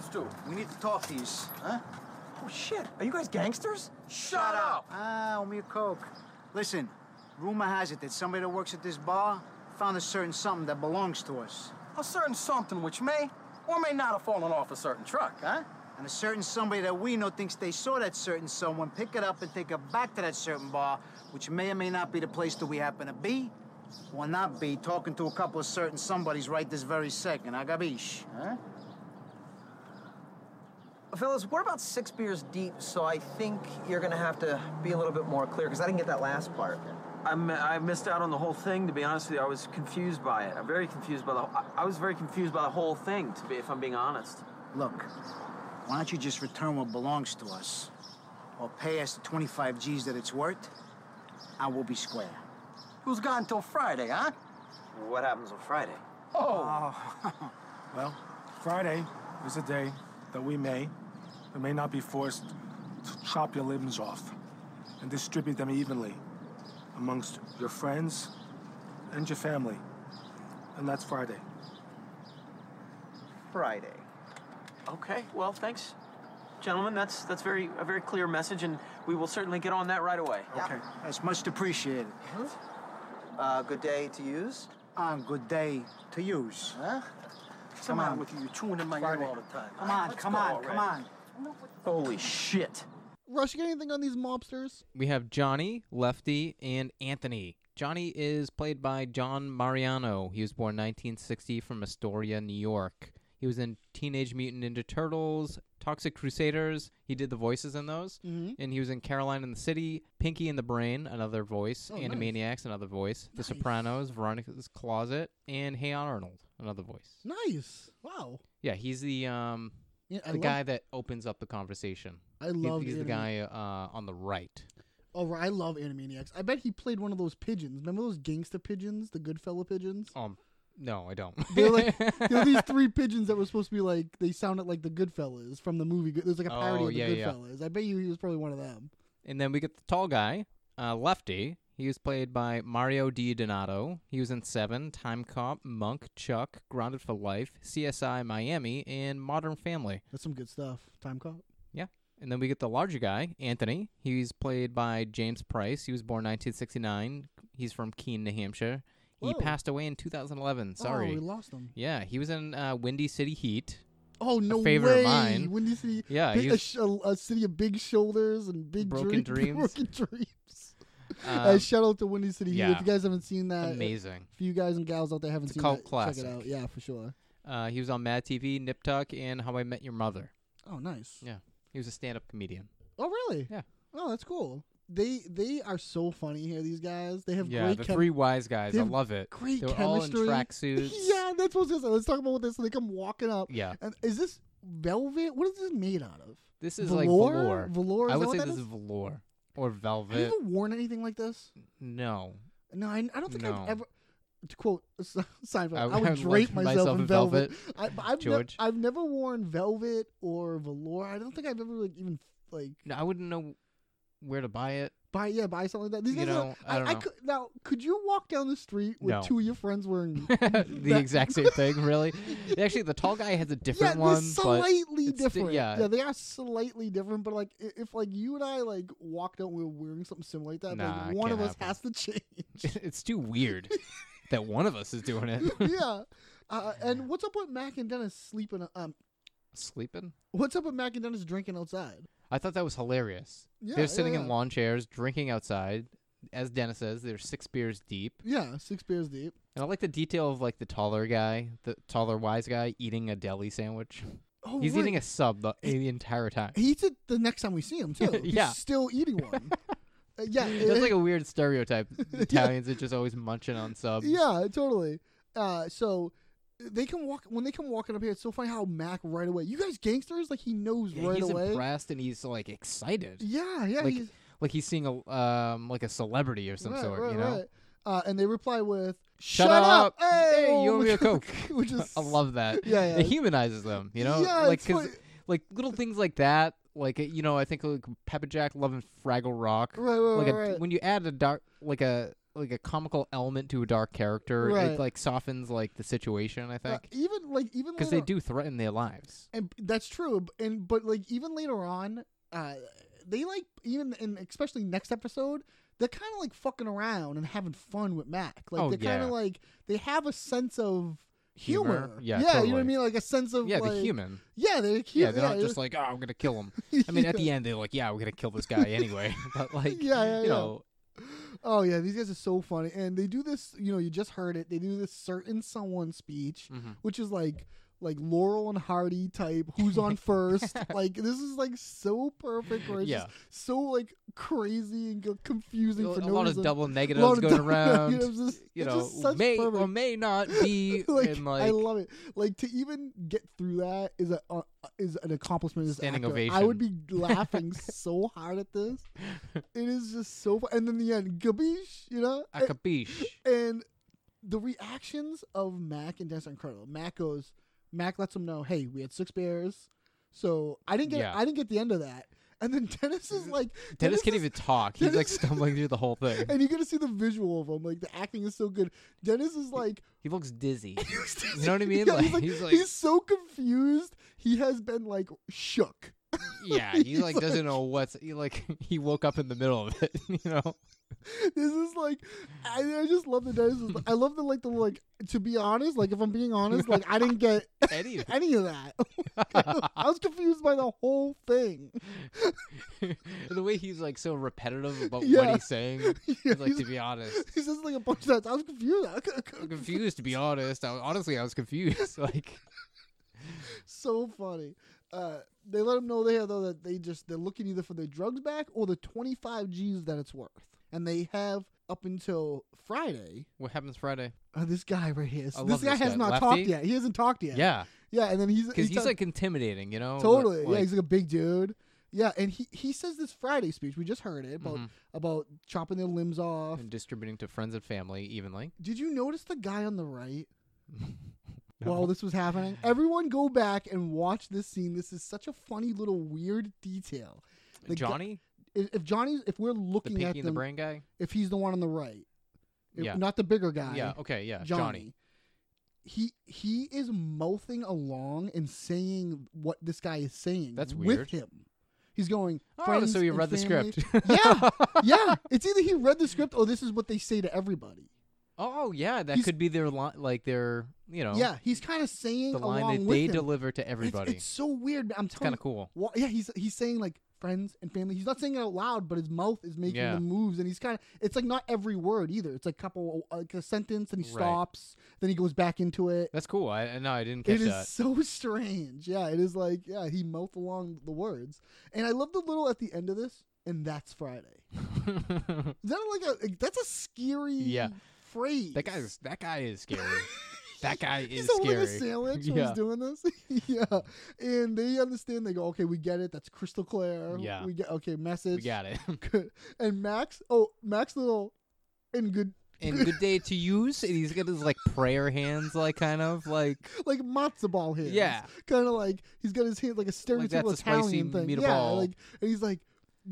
Stu, we need to talk these, huh? Oh shit, are you guys gangsters? Shut up! Ah, owe me a Coke. Listen, rumor has it that somebody that works at this bar found a certain something that belongs to us. A certain something which may or may not have fallen off a certain truck, huh? And a certain somebody that we know thinks they saw that certain someone pick it up and take it back to that certain bar, which may or may not be the place that we happen to be, or not be, talking to a couple of certain somebodies right this very second. Agabish, huh? Fellas, we're about six beers deep, so I think you're gonna have to be a little bit more clear because I didn't get that last part. I'm, I missed out on the whole thing. To be honest with you, I was confused by it. I'm very confused by the. I, I was very confused by the whole thing. To be, if I'm being honest. Look, why don't you just return what belongs to us, or pay us the 25 G's that it's worth, and we'll be square. Who's gone until Friday, huh? What happens on Friday? Well, Friday is a day that we may and may not be forced to chop your limbs off and distribute them evenly amongst your friends and your family. And that's Friday. Friday. Okay. Well, thanks, gentlemen. That's that's very a very clear message, and we will certainly get on that right away. Okay. That's much appreciated. Uh, good day to use. And Ah, good day to yous. Somehow with you, you're chewing in my ear all the time. Come on, come on, come on. Holy shit! Rush, you got anything on these mobsters? We have Johnny, Lefty, and Anthony. Johnny is played by John Mariano. He was born 1960 from Astoria, New York. He was in Teenage Mutant Ninja Turtles, Toxic Crusaders. He did the voices in those. Mm-hmm. And he was in Caroline in the City, Pinky in the Brain, another voice, Oh, Animaniacs, another voice, The Sopranos, Veronica's Closet, and Hey Arnold, another voice. Nice. Wow. Yeah, he's the um Yeah, I the love- guy that opens up the conversation. I He- love he's the Animani- guy uh, on the right. Oh, I love Animaniacs. I bet he played one of those pigeons. Remember those gangster pigeons, the Goodfella pigeons? Um, no, I don't. They're like there were these three pigeons that were supposed to be like they sounded like the Goodfellas from the movie. Good- There's like a parody Oh, of the yeah, yeah. Goodfellas. I bet you he was probably one of them. And then we get the tall guy, uh, Lefty. He was played by Mario Diodato. He was in Seven, Time Cop, Monk, Chuck, Grounded for Life, CSI Miami, and Modern Family. That's some good stuff. Time cop. Yeah. And then we get the larger guy, Anthony. He's played by James Price. He was born 1969. He's from Keene, New Hampshire. He Whoa. passed away in 2011. Oh, Sorry. we lost him. yeah, he was in uh, Windy City Heat. Oh no favorite of way! mine. When you see Yeah, big, he a, was- sh- a, a city of big shoulders and big Broken dream- dreams. broken dreams. uh, Um, shout out to Windy City. Heat. yeah. If you guys haven't seen that, Amazing. If you guys and gals out there haven't It's a seen cult that, classic. check it out. Yeah, for sure. Uh, he was on Mad TV, Nip Tuck, and How I Met Your Mother. Oh, nice. Yeah. He was a stand up comedian. Oh, really? Yeah. Oh, that's cool. They they are so funny here. These guys. They have Yeah, great the chem- three wise guys. they I have love it. Great They're chemistry. all in tracksuits. yeah, that's what's gonna. Let's talk about this. So they come walking up. Yeah. And is this velvet? What is this made out of? This is Velour? like velour. Velour, I is that would what say that this is? is velour or Have you velvet. ever worn anything like this? No. No, I, I don't think No. I've ever. To quote S- I- Seinfeld, I, I would would drape look myself, in velvet. I, but I've, nev- George. I've never worn velvet or velour. I don't think I've ever like even like No, I wouldn't know where to buy it. buy yeah buy something like that. These You guys are- know, I don't know. could, now could you walk down the street with No. two of your friends wearing the that- exact same thing, really. Actually, the tall guy has a different yeah, one, they're slightly it's di- different. yeah. they are slightly different. But like, i- if like you and I like walked out, and we were wearing something similar like that. Nah, like, one of can't us happen. has to change. but it's too weird that one of us is doing it. yeah. Uh, and what's up with Mac and Dennis sleeping? Um, Sleeping? what's up with Mac and Dennis drinking outside? I thought that was hilarious. Yeah, yeah, they're sitting yeah. in lawn chairs, drinking outside. As Dennis says, they're six beers deep. Yeah, six beers deep. And I like the detail of like the taller guy, the taller wise guy eating a deli sandwich. Oh, He's right. eating a sub the, the entire time. He eats it the next time we see him too. Yeah. He's still eating one. Uh, yeah, That's it- like a weird stereotype. Italians are just always munching on subs. Yeah, totally. Uh, so they can walk when they come walking up here. It's so funny how Mac right away. You guys gangsters, like he knows Yeah, right he's away. impressed and he's like excited. Yeah, yeah, like he's, like he's seeing a um like a celebrity or some right, sort, right, you know. right. Uh, and they reply with Shut up! up! Hey, you owe me a Coke." which is I love that. Yeah, yeah. It humanizes them, you know. Yeah, like it's 'cause, what- like little things like that. Like you know, I think like Pepper Jack loving Fraggle Rock. Right, right, like right, a, right. when you add a dark like a like a comical element to a dark character. Right. It like softens like the situation. I Uh, think even like even because later- they do threaten their lives. and that's true. b- And but like even later on, uh, they like even and especially next episode, they're kind of like fucking around and having fun with Mac. Like Oh, they're kind yeah. of like they have a sense of Humor? humor. Yeah, you know what I totally. mean. Like a sense of Yeah, like, the human. Yeah, they're hu- Yeah, they're not yeah, just like, oh, I'm gonna kill him. I mean, at the end, they're like, yeah, we're gonna kill this guy anyway. but like, Yeah, yeah, yeah. you know, Oh yeah, these guys are so funny, and they do this. You know, you just heard it. They do this certain someone speech, Mm-hmm. which is like like Laurel and Hardy type. Who's on first? like this is like so perfect. Where it's Yeah. just so like crazy and go- confusing a for no lot reason. of double A negatives lot of going double around. negatives. It's- you it's know, just such may perfect- or may not be, like, and like, I love it. Like to even get through that is a uh, is an accomplishment. As an Standing actor. I would be ovation. laughing so hard at this. It is just so. Fu- and then the end, gabish. You know, a capiche. and the reactions of Mac and Dennis are incredible. Mac goes, Mac lets him know, "Hey, we had six bears, so I didn't get, Yeah. I didn't get the end of that." And then Dennis is like, Dennis can't is- even talk. He's like Dennis- stumbling through the whole thing. and you're gonna see the visual of him. Like the acting is so good. Dennis is like, He looks dizzy. You know what I mean? Yeah, like, he's, like, he's like, he's so confused. He has been like shook. yeah, he he's like doesn't know what's. He like he woke up in the middle of it. You know? this is like I, I just love the Dennis. Is, I love the like the like. To be honest, like if I'm being honest, like I didn't get Any of any of that. I was confused by the whole thing. the way he's like so repetitive about Yeah. what he's saying. Yeah, he's like, he's- to be honest, He says like a bunch of times. I was confused. I I'm c- c- confused. To be honest, I, honestly, I was confused. Like, so funny. Uh, they let him know there though that they just they're looking either for their drugs back or the 25 G's that it's worth, and they have up until Friday. what happens Friday? Uh, this guy right here. I this love guy this has guy. not Lefty? talked yet. He hasn't talked yet. Yeah, yeah, and then he's because he he's talk- like intimidating. You know? Totally. Like- yeah, he's like a big dude. Yeah, and he, he says this Friday speech. We just heard it about about chopping their limbs off. Mm-hmm. and distributing to friends and family evenly. Did you notice the guy on the right? While this was happening, everyone go back and watch this scene. This is such a funny little weird detail. The gu- Johnny, if, if Johnny's, if we're the looking at pinky them, and the brain guy. if he's the one on the right, if- Yeah. not the bigger guy, Yeah. Okay. Yeah. Johnny, Uh, Johnny. he he is mouthing along and saying what this guy is saying. That's With weird. him, he's going. Oh, "Friends so he and read the family." script. yeah, yeah. It's either he read the script or this is what they say to everybody. Oh yeah, that He's- could be their li- like their you know Yeah, he's kind of saying Oh. the along line that with they him. deliver to It's- everybody. It's, so weird. man. I'm telling kinda cool. Wha- yeah, he's he's saying like friends and family. He's not saying it out loud, but his mouth is making Yeah. the moves, and he's kind of. It's like not every word either. It's like couple uh, like a sentence, and he Right. stops, then he goes back into it. That's cool. I I- no, I didn't catch It is that. so strange. Yeah, it is like yeah, he mouth along the words, and I love the little at the end of this, and that's Friday. Is that like a that's a scary Yeah. phrase? that guy's that guy is scary. that guy is He's holding scary. a sandwich when yeah. he's doing this. yeah, and they understand. They go, okay, we get it. That's crystal clear. Yeah. we get okay. Message. we got it. Good. And Max, oh, Max little and good and good day to use. And he's got his like prayer hands, like kind of like like matzo ball hands. Yeah. Kind of like he's got his hand like a stereotypical that's a spicy Italian thing. meatball. Yeah. Like and he's like,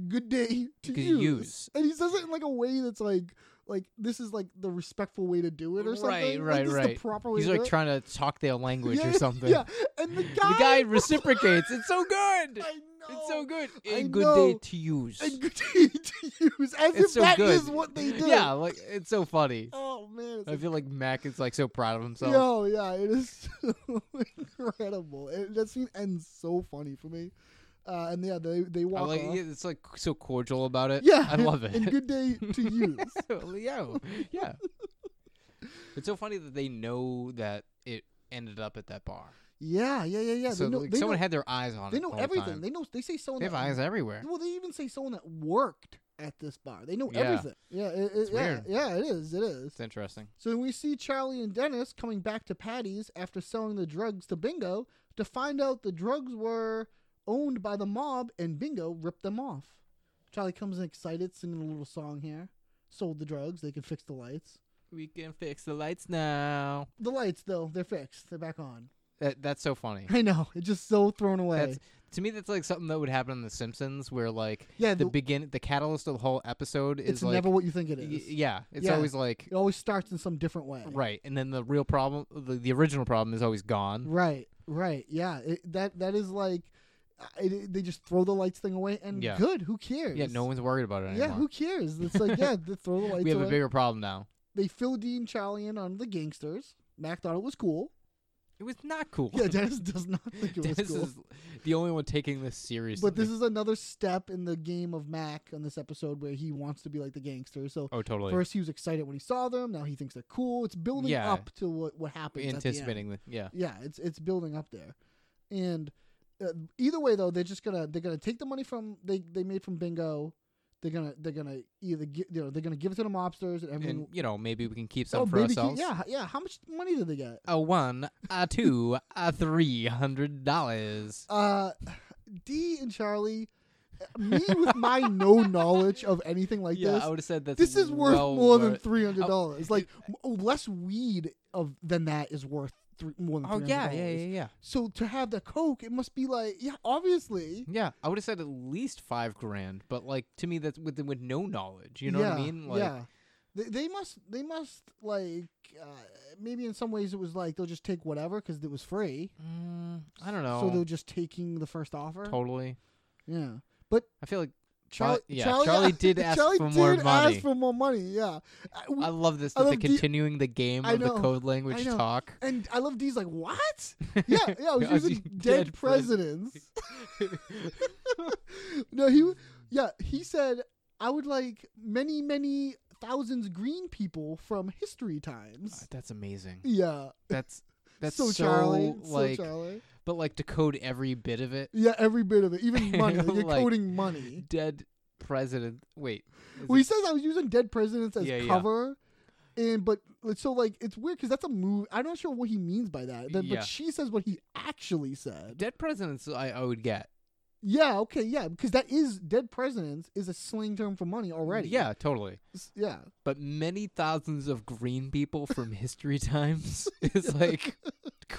Good day to could you. use. And he says it in like a way that's like like this is like the respectful way to do it or something. right, Like, right, this is right. the proper way he's to like do it. trying to talk their language yeah, or something. Yeah. And the guy The guy reciprocates. It's so good. I It's so know. good. I And good day know. to use. And good day to use. As if It's so that good. is what they do. Yeah, like it's so funny. Oh man. It's I feel like Mac is like so proud of himself. Yo, yeah, it is so incredible. It, that scene ends so funny for me. Uh, and yeah, they they I walk like off. yeah, it's like so cordial about it. Yeah, I love it. And good day to you. Yo, yeah. it's so funny that they know that it ended up at that bar. yeah, yeah, yeah, yeah. so they know, like, they someone know, had their eyes on they it. know the whole everything. time. They know they say someone They have that, eyes everywhere. Well, they even say someone that worked at this bar. They know Yeah. everything. Yeah, it, it- yeah, weird. yeah, it is. It is. It's interesting. So then we see Charlie and Dennis coming back to Patty's after selling the drugs to Bingo to find out the drugs were owned by the mob and Bingo ripped them off. Charlie comes in excited, singing a little song here. Sold the drugs, they can fix the lights. We can fix the lights now. The lights, though, they're fixed. They're back on. That, that's so funny. I know. It's just so thrown away. That's to me. That's like something that would happen in The Simpsons, where like Yeah, the, the- begin the catalyst of the whole episode is it's like never what you think it y- is. yeah. It's Yeah. always like It always starts in some different way. right, and then the real problem, the, the original problem, is always gone. Right. Right. Yeah. It, that that is like it, it- they just throw the lights thing away and Yeah. good. Who cares? Yeah, no one's worried about it anymore. Yeah, who cares? It's like yeah, they throw the lights we have away. a bigger problem now. they fill Dean Charlie in on the gangsters. Mac thought it was cool. It was not cool. Yeah, Dennis does not think it was Dennis cool. is the only one taking this seriously. But this is another step in the game of Mac on this episode where he wants to be like the gangster. So oh totally first he was excited when he saw them. Now he thinks they're cool. It's building Yeah. up to what what happens. at the end. anticipating the, yeah. Yeah, it's it's building up there, and uh, either way though, they're just gonna they're gonna take the money from they they made from bingo. They're gonna they're gonna either gi- you know they're gonna give it to the mobsters and everything. And you know maybe we can keep some oh, for baby, keep- ourselves. yeah, yeah. How much money did they get? A one, a two, a three hundred dollars. uh D and Charlie uh, me with my no knowledge of anything like Yeah, this I would have said that's this is worth well more than worth- three hundred dollars. it- like m- oh, less weed of than that is worth three, more than. Oh $300. yeah, yeah, yeah, yeah. So to have the coke, it must be like yeah, obviously. Yeah, I would have said at least five grand, but like to me that's with with no knowledge. You know what I Yeah, mean? Like, yeah. They, they must. They must like. Uh, maybe in some ways it was like they'll just take whatever because it was free. mm, I don't know. So they're just taking the first offer. totally. Yeah, but I feel like Charlie, But, yeah, Charlie did ask for more did money. ask for more money. Yeah, Uh, I- we- I love this. I That they're love the- continuing the game I of the know, code language know. talk. and I love D's like what? Yeah, yeah, I was I was using using dead, dead pres- presidents. no, he, w- yeah, he said I would like many, many thousands green people from history times. Ah, That's amazing. Yeah, That's that's so, Charlie, So like, Charlie. but like to code every bit of it. Yeah, every bit of it, even You money. know, like, you're like, coding money. Dead president. Wait, is Well, it- he says I was using dead presidents as Yeah, yeah. cover, and but so like it's weird because that's a move. I'm not sure what he means by that. Then, Yeah. But she says what he actually said. dead presidents. I, I would get yeah, okay, yeah, because that is dead presidents is a slang term for money already. Yeah, totally. S- yeah, But many thousands of green people from history times is like,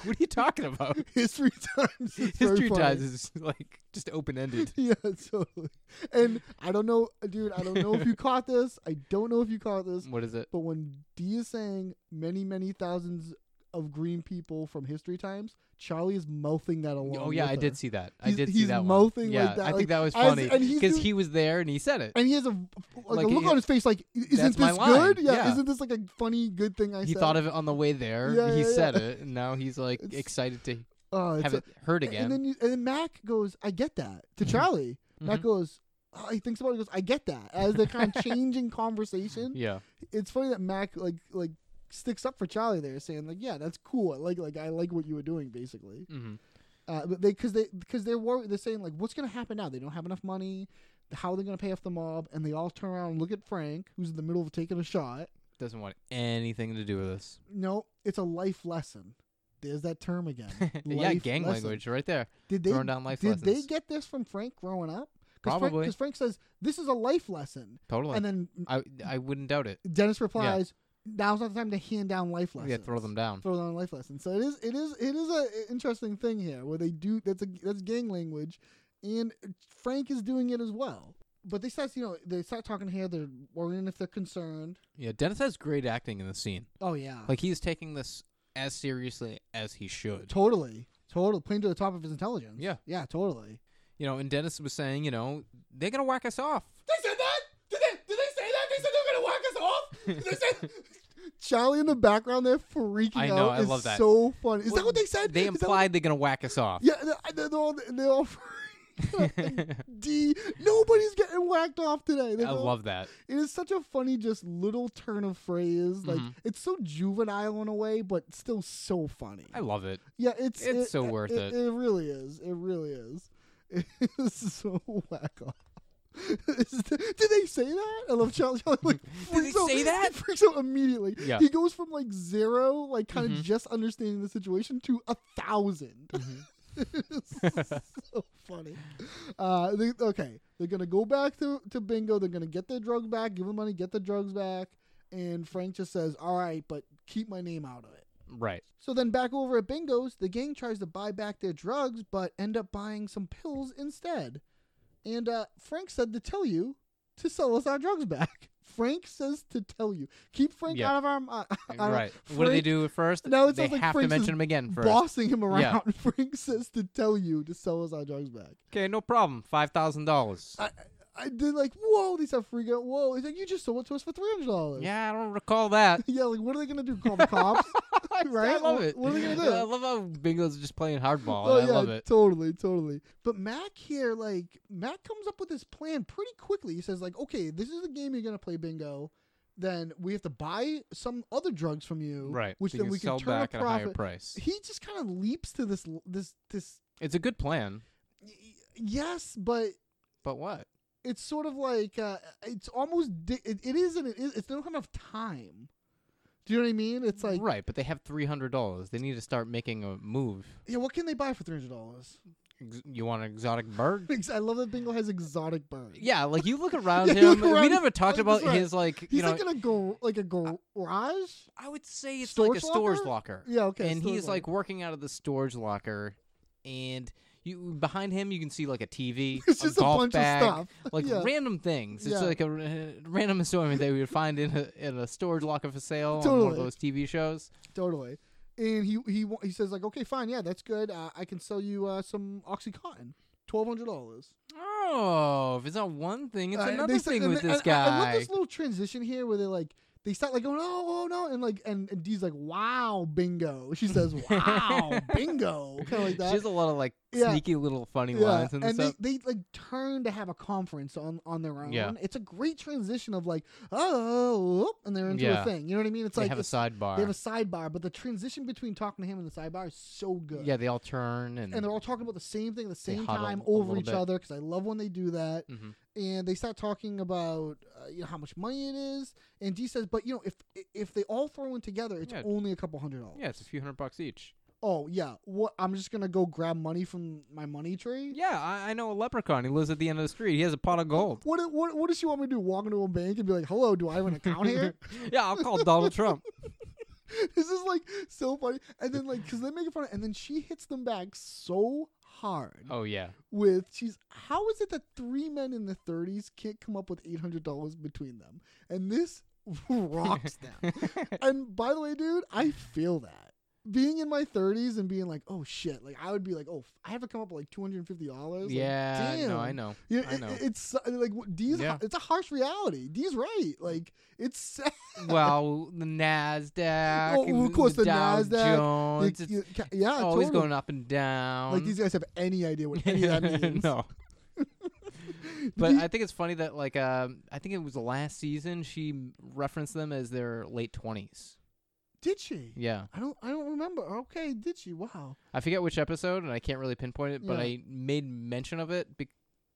what are you talking about? history times. is very History funny. times is like just open ended. Yeah, totally. And I don't know, dude. I don't know if you caught this. I don't know if you caught this. What is it? But when D is saying many, many thousands of green people from history times, Charlie is mouthing that along. Oh yeah, with I did her. see that. I He's- did see he's that one. mouthing like Yeah, that, I like, think that was as- funny and he's because do- he was there and he said it. And he has a like, Like, a look he- on his face like, That's isn't my this line." good? Yeah, Yeah. isn't this like a funny good thing I said? He thought of it on the way there. Yeah, he yeah, said yeah. it, and now he's like It's- excited to Oh, it's have a- it heard again. Mm-hmm. And then you, and then Mac goes, I get that to Charlie. Mac goes, oh, he thinks about it. He goes, I get that. As they're kind of changing conversation, yeah, it's funny that Mac like like sticks up for Charlie there, saying like, yeah, that's cool. I like like I like what you were doing, basically. Mhm. Uh, but they because they because they're worried. They're saying like, what's gonna happen now? They don't have enough money. How are they gonna pay off the mob? And they all turn around and look at Frank, who's in the middle of taking a shot. doesn't want anything to do with this. No, it's a life lesson. There's that term again. yeah, Life gang lesson. language right there. Did they Throwing down life Did they lessons. get this from Frank growing up? Probably. Because Frank, says this is a life lesson, Totally. and then I I wouldn't doubt it. Dennis replies, "Now's not the time to hand down life lessons. Yeah, throw them down. Throw down life lessons." So it is. It is. It is a interesting thing here where they do. That's a that's gang language, and Frank is doing it as well. But they start, you know, they start talking here. They're worrying if they're concerned. Yeah, Dennis has great acting in the scene. Oh yeah, Like he's taking this as seriously as he should. totally, totally playing to the top of his intelligence. Yeah. yeah, totally. You know, and Dennis was saying, you know, they're gonna whack us off. Charlie in the background there freaking I know, out I is love that. so funny. Is that Well, what they said? They Is that what- implied they're gonna whack us off. Yeah, they're, they're all they're all freaking out. And D. Nobody's getting whacked off today. They're I all- love that. It is such a funny, just little turn of phrase. Mm-hmm. Like it's so juvenile in a way, but still so funny. I love it. yeah, it's it's so worth it. It, really is. It really is. It's so whack off. Is the- Did they say that? I love Charlie. Charlie like, freaks they out- say that? He freaks out immediately. Yeah. Mm-hmm. He goes from like zero, like kind of just understanding the situation, to a 1000 Mm-hmm. so funny. Uh, they, okay, they're gonna go back to, to bingo. They're gonna get their drugs back, give them money, get the drugs back, and Frank just says, "All right, but keep my name out of it." Right. So then back over at Bingo's, the gang tries to buy back their drugs, but end up buying some pills instead. And uh, Frank said to tell you to sell us our drugs back. Frank says to tell you. Keep Frank Yeah. out of our uh, out of- right. what do they Frank- do first? Now it they sounds like have Frank's to just mention him again first. Bossing him around. Yeah. Frank says to tell you to sell us our drugs back. Okay, no problem. Five thousand dollars. I, I did like, whoa, they said freak out. Whoa. He's like, you just sold it to us for $300. Yeah, I don't recall that. Yeah, like, what are they going to do? Call the cops? right? I love What- it. What are they going to do? I love how Bingo's just playing hardball. Oh and I yeah, love it. totally, totally. But Mac here, like Mac comes up with this plan pretty quickly. He says, like, okay, this is the game you're gonna play bingo. Then we have to buy some other drugs from you, Right, Which that then you we can sell turn back a at a higher profit. price. He just kind of leaps to this, this, this. It's a good plan, Yes, but but what? it's sort of like uh, it's almost di- it, it is and it is. It's not enough time. Do you know what I mean? It's like, right, but they have three hundred dollars. They need to start making a move. yeah, what can they buy for three hundred dollars? Ex- You want an exotic bird? I love that Bingo has exotic birds. Yeah, like you look around Yeah, you him. look we around- never talked that's about right. his like He's you know. like in a go like a garage. I would say it's like storage a storage locker? locker. Yeah, okay, And storage he's like locker. working out of the storage locker, and you behind him you can see like a TV, It's a just a golf bunch of bag, stuff. like Yeah. random things. Yeah. It's like a r- random assortment that we would find in a in a storage locker for sale on one Totally. of those TV shows. Totally. And he he wa- he says like, okay, fine, yeah, that's good. Uh, I can sell you uh, some OxyContin, twelve hundred dollars. Oh, if it's not one thing, Uh, it's another thing with this I, I guy. love this little transition here where they like they start like going, oh, oh no, and like and, and Dee's like, wow, bingo. She says, wow, bingo, kind of like that. She has a lot of like Yeah. sneaky little funny yeah, lines and and, stuff. they, they like turn to have a conference on on their own. Yeah. It's a great transition of like, oh, whoop, and they're into Yeah. a thing. You know what I mean? It's They like have a it's- sidebar. They have a sidebar, but the transition between talking to him and the sidebar is so good. yeah, they all turn and, and they're all talking about the same thing at the same huddle time a over little each bit. other because I love when they do that. Mhm. And they start talking about uh, you know how much money it is. And D says, but you know if if they all throw in together, it's Yeah. only a couple hundred dollars. yeah, it's a few hundred bucks each. Oh yeah. What I'm just gonna go grab money from my money tree. Yeah, I, I know a leprechaun. He lives at the end of the street. He has a pot of gold. What, what what does she want me to do? Walk into a bank and be like, "Hello, do I have an account here?" yeah, I'll call Donald Trump. this is like so funny. And then like, cause they make fun of, and then she hits them back so hard. Oh yeah, with she's how is it that three men in the 30s can't come up with $800 between them and this rocks them and by the way dude i feel that being in my 30s and being like oh shit like i would be like oh f- i have to come up with like $250 Like, yeah. damn. No, I know. You know, I it- know. it- it's uh, like what- Dee's Yeah. har- it's a harsh reality. Dee's right. Like it's sad. well, the Nasdaq. Well, and of course, the Dow Nasdaq, Jones. you- it's you ca- yeah, always totally. going up and down. Like these guys have any idea what any of that means. no. but I think it's funny that like um, I think it was the last season she referenced them as their late twenties. Did she? Yeah, I don't. I don't remember. Okay, did she? Wow. I forget which episode, and I can't really pinpoint it. But Yeah. I made mention of it, be-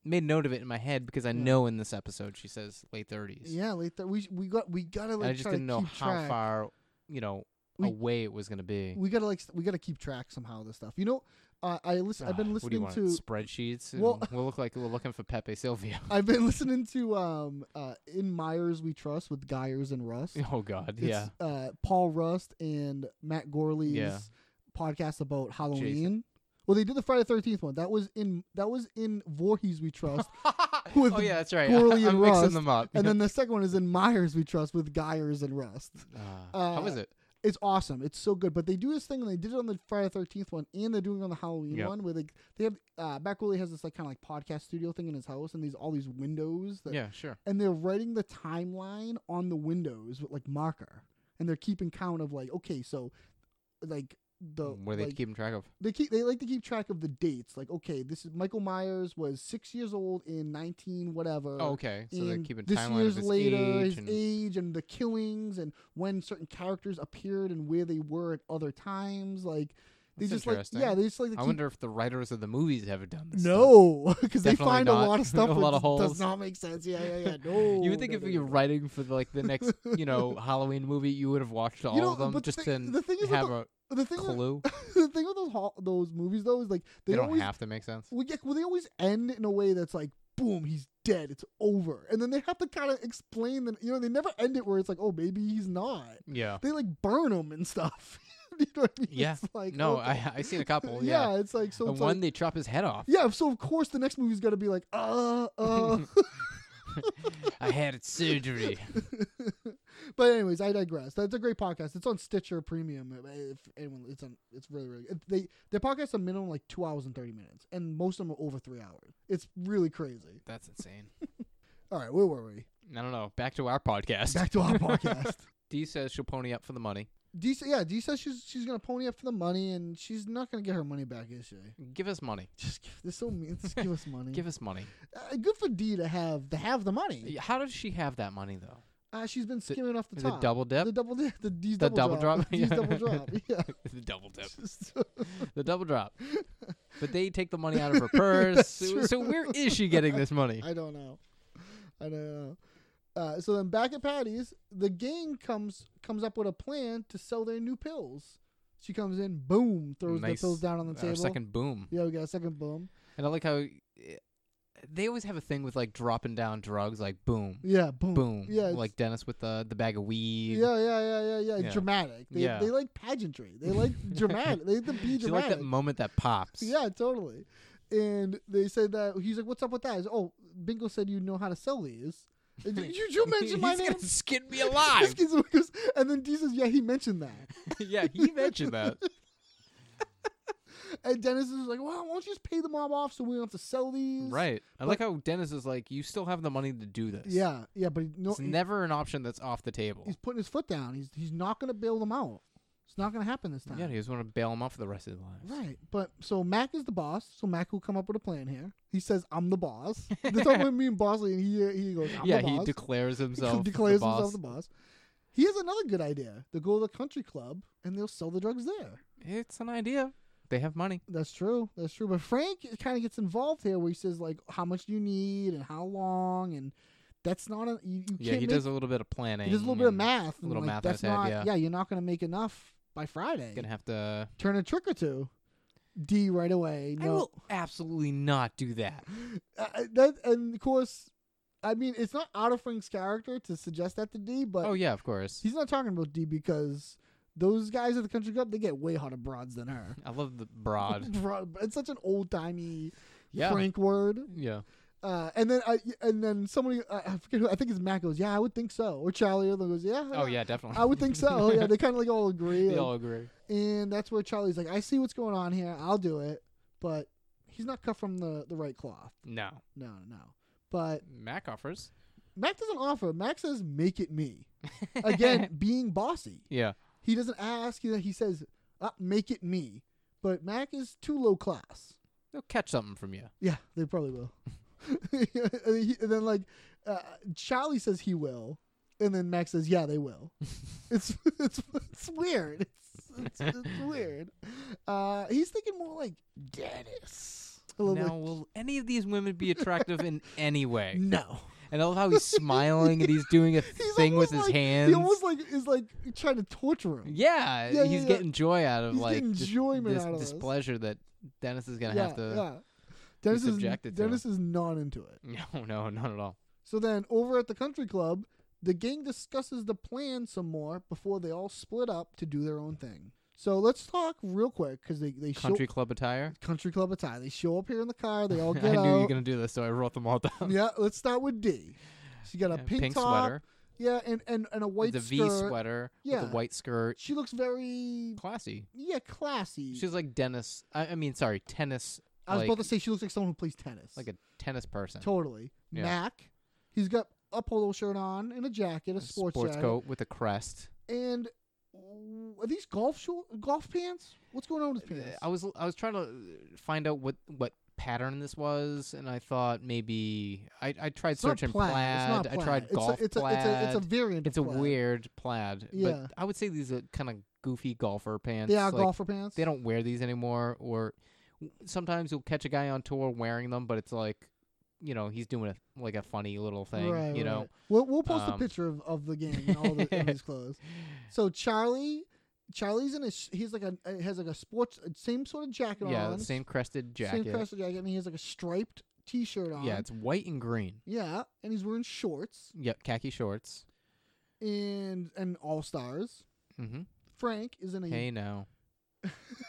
made note of it in my head because I know in this episode she says late thirties. Yeah, late thir- we we got we gotta and like I just try to didn't know keep how track. far you know We- away it was gonna be. we gotta like st- we gotta keep track somehow of this stuff. You know, uh, I listen. I've been Ugh, Ah, what do you listening want, to. spreadsheets. And Well- we'll look like we're looking for Pepe Silvio. I've been listening to um uh in Myers We Trust with Geyers and Rust. oh God, It's, yeah. Uh, Paul Rust and Matt Gorley's Yeah. podcast about Halloween. Well, they did the Friday Thirteenth one. That was in that was in Voorhees We Trust. with oh yeah, that's right. Gorley I'm and mixing Rust, them up. and then the second one is in Myers We Trust with Geyers and Rust. Ah, how uh, was it? it's awesome. It's so good. But they do this thing, and they did it on the Friday Thirteenth one, and they're doing it on the Halloween Yep. one, where they they have uh, Matt Gooley has this like kind of like podcast studio thing in his house, and these all these windows. That, Yeah, sure. And they're writing the timeline on the windows with like marker, and they're keeping count of like okay, so like the Where Mm, they like, keep track of? they keep they like to keep track of the dates. Like okay, this is Michael Myers was six years old in nineteen whatever. Oh, okay. So they're and keeping this timeline of years his later, age his and- age and the killings and when certain characters appeared and where they were at other times. Like they That's just like interesting. yeah, they just like to I keep- wonder if the writers of the movies have done this. stuff. no because they Definitely find not. a lot of stuff A that lot of just does holes. not make sense. Yeah, yeah, yeah. No, You would think no, if no, you're no. writing for like the next, you know, Halloween movie, you would have watched all know, of them but the just thing- to the thing is with have the- a the thing with- clue. the thing with those ho- those movies though is like they, They don't always have to make sense. Well, yeah, well, they always end in a way that's like, boom, he's dead, it's over, and then they have to kind of explain that. You know, they never end it where it's like, oh, maybe he's not. Yeah. They like burn him and stuff. you know what I mean? Yeah. It's like, no, okay. I I seen a couple. yeah. Yeah. it's like so. the It's one like, they chop his head off. yeah, so of course the next movie's gonna be like, uh, uh. I had surgery. but anyways, I digress. That's a great podcast. It's on Stitcher Premium. uh, If anyone, it's on. It's really really. Good. They their podcasts are minimum like two hours and thirty minutes, and most of them are over three hours. It's really crazy. That's insane. All right, where were we? I don't know. Back to our podcast. Back to our podcast. D says she'll pony up for the money. D sa- yeah, D says she's she's gonna pony up for the money, and she's not gonna get her money back, is she? Give us money. Just give this so mean. Just give us money. Give us money. uh, good for D to have to have the money. Yeah, How does she have that money though? Uh, she's been skimming off the the top. double dip? The double dip. The D's The double, double drop. drop? D's Yeah. double drop. Yeah. the double dip. The double drop. But they take the money out of her purse. That's so, true. so where is she getting this money? I don't know. I don't know. Uh, so then back at Patty's, the gang comes comes up with a plan to sell their new pills. She comes in, boom, throws Nice. the pills down on the Our table. second boom. Yeah, we got a second boom. And I like how eh, they always have a thing with like dropping down drugs, like boom, Yeah, boom. boom. Yeah, it's- like Dennis with the the bag of weed. Yeah, yeah, yeah, yeah, yeah. Yeah. Dramatic. They, Yeah. they like pageantry. They like dramatic. They like to be you like dramatic. that moment that pops. yeah, totally. And they said that he's like, "What's up with that?" I said, oh, Bingo said you know how to sell these. And did you, you mention my He's name? gonna skin me This alive. kid's like this- and then D says, "Yeah, he mentioned that." yeah, he mentioned that. And Dennis is like, "Well, why don't you just pay the mob off so we don't have to sell these?" Right. I like how Dennis is like, you still have the money to do this. Yeah, yeah, but he, no, It's he- never an option that's off the table. he's putting his foot down. He's he's not going to bail them out. It's not going to happen this time. Yeah, he just want to bail him out for the rest of his life. Right, but so Mac is the boss. So Mac will come up with a plan here. He says, "I'm the boss." They're talking about me and Bosley, and he he goes, I'm yeah, the he boss." declares himself. he declares the boss. himself the boss. He has another good idea. They go to the country club and they'll sell the drugs there. It's an idea. They have money. That's true. That's true. But Frank kind of gets involved here, where he says like, "How much do you need and how long?" And that's not a you, you Yeah, can't he make, does a little bit of planning. he does a little bit of and math. A and, little like, math in That's his head. not. yeah. you're not going to make enough by Friday. Gonna have to. Turn a trick or two. D right away. No, I will absolutely not do that. Uh, uh, that and of course, I mean it's not out of Frank's character to suggest that to D, but Oh yeah, of course. He's not talking about D because those guys at the country club they get way hotter broads than her. I love the broad. Bro- it's such an old timey Yeah. Frank word. yeah. Uh, and then I and then somebody I I forget who I think it's Matt goes yeah I would think so or Charlie Other goes yeah Oh yeah, definitely. I would think so Oh, yeah they kind of like all agree They like- all agree. and that's where Charlie's like I see what's going on here I'll do it but he's not cut from the the right cloth No. no no but Mac offers. Mac doesn't offer Mac says make it me again being bossy Yeah. He doesn't ask. He he says, uh, "Make it me." But Mac is too low class. They'll catch something from you. Yeah, they probably will. and, he, and then like uh, Charlie says he will, and then Mac says, "Yeah, they will." it's it's it's weird. It's, it's, it's weird. Uh, he's thinking more like Dennis. A little Now, bit. will any of these women be attractive in any way? no. And I love how he's smiling and he's doing a He's thing with almost his like- hands. He almost like is like trying to torture him. Yeah, Yeah, he's yeah, yeah. getting joy out of He's like getting dis- enjoyment dis- out of this. displeasure that Dennis is gonna have to. Dennis is subjected to him. Dennis is not into it. No, no, not at all. So then, over at the country club, the gang discusses the plan some more before they all split up to do their own thing. So let's talk real quick because they they Country show, club attire. country club attire. They show up here in the car. They all I get knew out. you were gonna do this, so I wrote them all down. yeah, let's start with D. She got a Yeah, pink, pink top, sweater. Yeah, and and and a white the V skirt. sweater with Yeah. the white skirt. She looks very Classy. yeah classy. She's like Dennis. I, I mean, sorry, tennis. I was like, about to say she looks like someone who plays tennis. like a tennis person. totally Yeah. Mac. He's got a polo shirt on and a jacket, a A sports, jacket. coat with a crest. and w- are these golf sho- golf pants? What's going on with his pants? Uh, I was I was trying to uh, find out what what pattern this was, and I thought maybe I I tried It's not searching plaid. It's not plaid. I tried plaid. It's a- golf it's a, plaid. It's a, it's a variant. It's a of plaid. weird plaid. Yeah. But I would say these are kind of goofy golfer pants. They are like, golfer pants. They don't wear these anymore. Or w- sometimes you'll catch a guy on tour wearing them, but it's like, you know, he's doing a, like a funny little thing. Right, you right. know, We'll, we'll post a Um, picture of, of the gang and all the, of his clothes. So Charlie, Charlie's in his. He's like a uh, has like a sports same sort of jacket yeah, on. the same crested jacket. Same crest of jacket. And he has like a striped T-shirt on. yeah, it's white and green. yeah, and he's wearing shorts Yep, khaki shorts. and and all stars. hmm Frank is in a Hey now,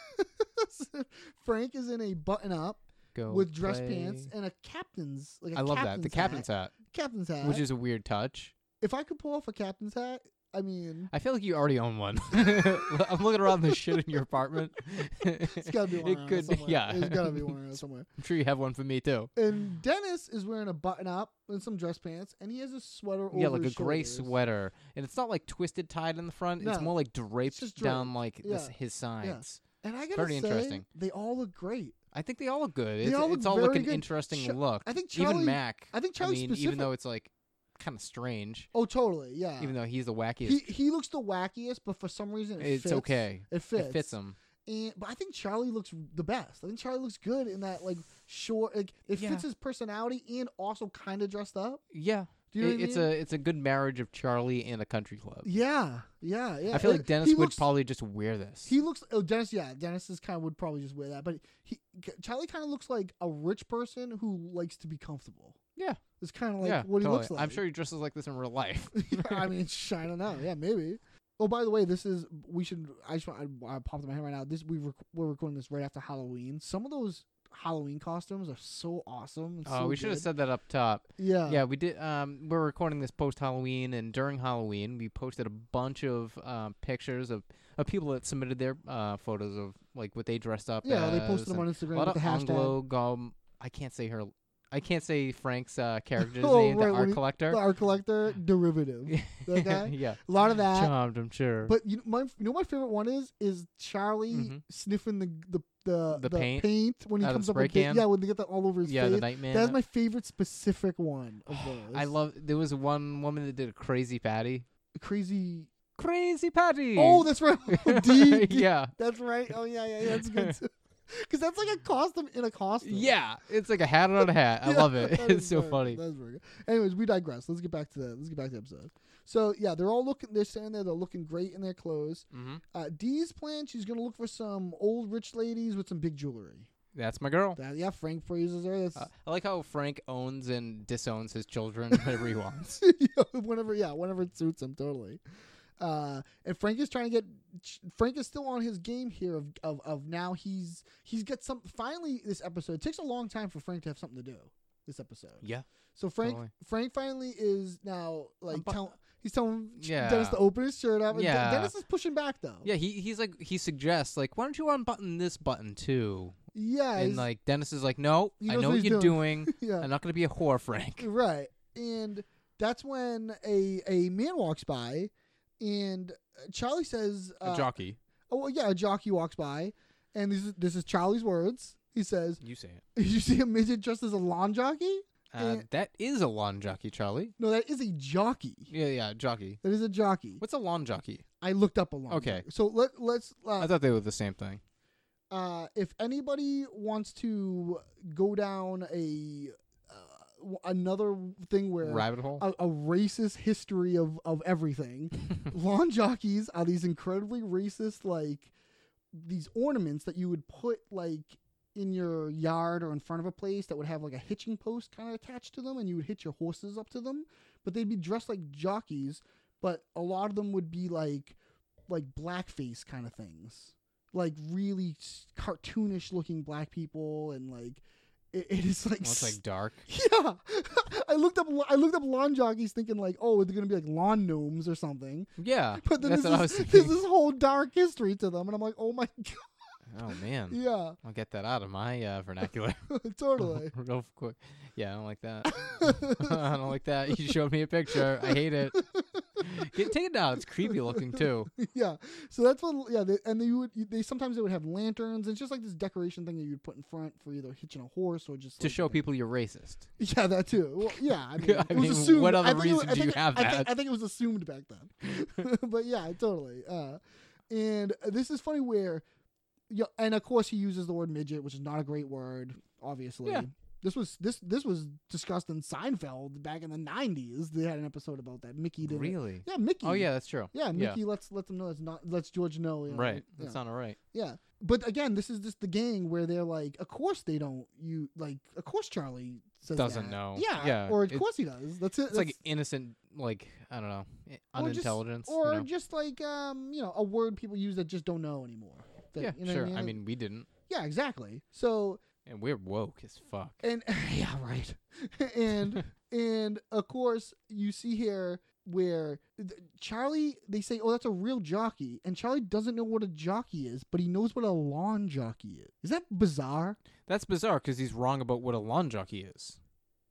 Frank is in a button up go with dress play. pants and a captain's like a I love that the captain's hat, Captain's hat. which is a weird touch. if I could pull off a captain's hat, I mean, I feel like you already own one. I'm looking around the shit in your apartment. it's gotta be one. it around could, somewhere. yeah. it's gotta be one around somewhere. I'm sure you have one for me too. And Dennis is wearing a button up and some dress pants, and he has a sweater over Yeah, like a his gray shoulders. sweater, and it's not like twisted tied in the front. It's No, more like draped just down draped. like this, Yeah, his sides. And I gotta Pretty say, interesting. they all look great. I think they all look good. They It's all all, look it's all very looking good. interesting Sha- look. I think Charlie- even Mac. I think Charlie I mean, specific- even though it's like kind of strange, Oh, totally. Yeah. even though he's the wackiest, he he looks the wackiest, but for some reason it it's fits. okay. It fits. It fits him. And but I think Charlie looks the best. I think Charlie looks good in that like short. Like it Yeah. fits his personality and also kind of dressed up. Yeah, Do you know It- what I it's mean? a it's a good marriage of Charlie and a country club. Yeah, yeah, yeah. I feel Uh, like Dennis he would looks- probably just wear this. He looks. Oh, Dennis. Yeah, Dennis is kind of would probably just wear that. But he Charlie kind of looks like a rich person who likes to be comfortable. yeah, It's kind of like yeah, what he looks totally. like. I'm sure he dresses like this in real life. I mean, sh- I don't know. Yeah, maybe. Oh, by the way, this is we should. I just want- I, I popped in my head right now. This we rec- we're recording this right after Halloween. Some of those Halloween costumes are so awesome. and Oh, so we should have good. said that up top. Yeah. yeah, we did. Um, we're recording this post Halloween, and during Halloween, we posted a bunch of um, pictures of, of people that submitted their uh, photos of like what they dressed up. Yeah, they as posted them and on Instagram A lot with the of hashtag. Anglo Gom. I can't say her. I can't say Frank's uh, character's Oh, name. right, the what art he- collector. The art collector derivative. that guy. yeah, A lot of that. charmed. I'm sure. But you know, my you know my favorite one is is Charlie Mhm. sniffing the the the, The paint? when he Out of the comes up spray with the- can? yeah when they get that all over his yeah, face. the Nightman. That's my favorite specific one of those. I love. There was one woman that did a crazy patty. crazy. Crazy patty. Oh, that's right. D. yeah. that's right. Oh yeah, yeah, yeah, that's good. Because that's like a costume in a costume. Yeah, it's like a hat on a hat. I Yeah, love it. that It's is so very- funny. That is very good. Anyways, we digress. Let's get back to the let's get back to the episode. So yeah, they're all looking. They're standing there. They're looking great in their clothes. hmm Uh, Dee's plan. She's gonna look for some old rich ladies with some big jewelry. That's my girl. That, yeah, Frank phrases her. That's Uh, I like how Frank owns and disowns his children whenever he wants. yeah, whenever. Yeah, whenever it suits him. Totally. Uh, and Frank is trying to get. Frank is still on his game here. Of of, of now he's he's got some. Finally, this episode it takes a long time for Frank to have something to do. This episode. Yeah. So Frank Totally. Frank finally is now like bu- tell, he's telling Yeah. Dennis to open his shirt up. And Den- Yeah. Dennis is pushing back though. Yeah, he he's like he suggests like why don't you unbutton this button too? Yeah. And he's- like Dennis is like, no, He I knows know what what he's you're doing." doing. Yeah. I'm not gonna be a whore, Frank. right. And that's when a a man walks by, and Charlie says, uh, a jockey, "Oh well, yeah, a jockey walks by," and this is this is Charlie's words. He says, you say it. "You see a midget dressed as a lawn jockey? Uh, Yeah. that is a lawn jockey, Charlie. No, that is a jockey. Yeah, yeah, jockey. That is a jockey. What's a lawn jockey? I looked up a lawn. Okay. jockey. So let let's. Uh, I thought they were the same thing. uh, if anybody wants to go down a uh, w- another thing where Rabbit hole. a, a racist history of of everything, lawn jockeys are these incredibly racist like these ornaments that you would put like in your yard or in front of a place that would have like a hitching post kind of attached to them and you would hitch your horses up to them but they'd be dressed like jockeys but a lot of them would be like like blackface kind of things like really s- cartoonish looking black people and like it, it is like Well, Oh, it's s- like dark. yeah, I looked up. I looked up lawn jockeys, thinking like, oh, they're gonna be like lawn gnomes or something. Yeah, But then that's this what I was is, thinking. there's this whole dark history to them, and I'm like, oh my god, oh man, yeah, I'll get that out of my uh, vernacular. totally. real quick. Yeah, I don't like that. I don't like that. You showed me a picture. I hate it. Get take it down. It's creepy looking too. yeah. So that's what. Yeah, they, and they would. They sometimes they would have lanterns. It's just like this decoration thing that you'd put in front for either hitching a horse or just To like- show people you're racist. Yeah, that too. Well, yeah, I mean, I it was mean, assumed. what other I think it was- reason I do you think- have I think- that? I think it was assumed back then. but yeah, totally. Uh, and this is funny where, yeah, and of course he uses the word midget, which is not a great word, obviously. Yeah. This was this this was discussed in Seinfeld back in the nineties. They had an episode about that. Mickey did it. Really? Yeah, Mickey. Oh yeah, that's true. Yeah, Mickey lets lets them know it's not lets George know. you know, Right. Yeah. That's not all right. yeah. but again, this is just the gang where they're like, of course they don't. You like, of course Charlie says Doesn't that." know. Yeah, Yeah, Or of it- course he does. That's it. It's like innocent, like I don't know, i- or just- unintelligence. you or know? just like um, you know, a word people use that just don't know anymore. That- yeah, you know what sure. I mean, we didn't, yeah, exactly. So and we're woke as fuck. and yeah, right. and and of course you see here where th- Charlie they say, "Oh, that's a real jockey," and Charlie doesn't know what a jockey is, but he knows what a lawn jockey is. Is that bizarre? That's bizarre because he's wrong about what a lawn jockey is.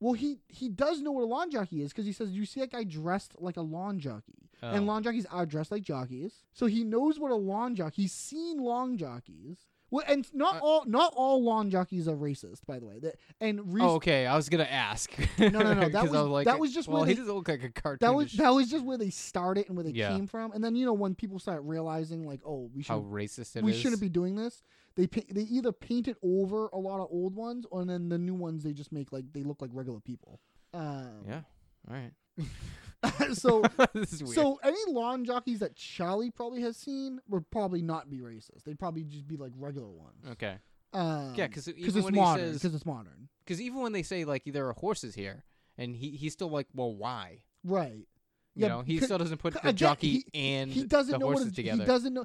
Well, he he does know what a lawn jockey is because he says, "You see that guy dressed like a lawn jockey." And Oh. lawn jockeys are dressed like jockeys, so he knows what a lawn jockey. He's seen lawn jockeys. Well, and not all not all lawn jockeys are racist, by the way. That and re- Uh, Oh, okay. I was gonna ask. no, no, that 'Cause I was- like, that was just where Well, he they- doesn't look like a cartoon. that was that was just where they started and where they Yeah. came from. And then you know when people start realizing like, oh, we should how racist it we is. shouldn't be doing this. They pa- they either painted over a lot of old ones, or then the new ones they just make like they look like regular people. Um, Yeah. All right. so this is weird. So any lawn jockeys that Charlie probably has seen would probably not be racist. They'd probably just be like regular ones. okay. Um, Yeah, 'cause even it's when he modern. says- Because it's modern, Because even when they say like there are horses here, and he he's still like, well, why? right? You know, he c- still doesn't put c- the again, jockey and he doesn't the know horses what a, together. He doesn't know.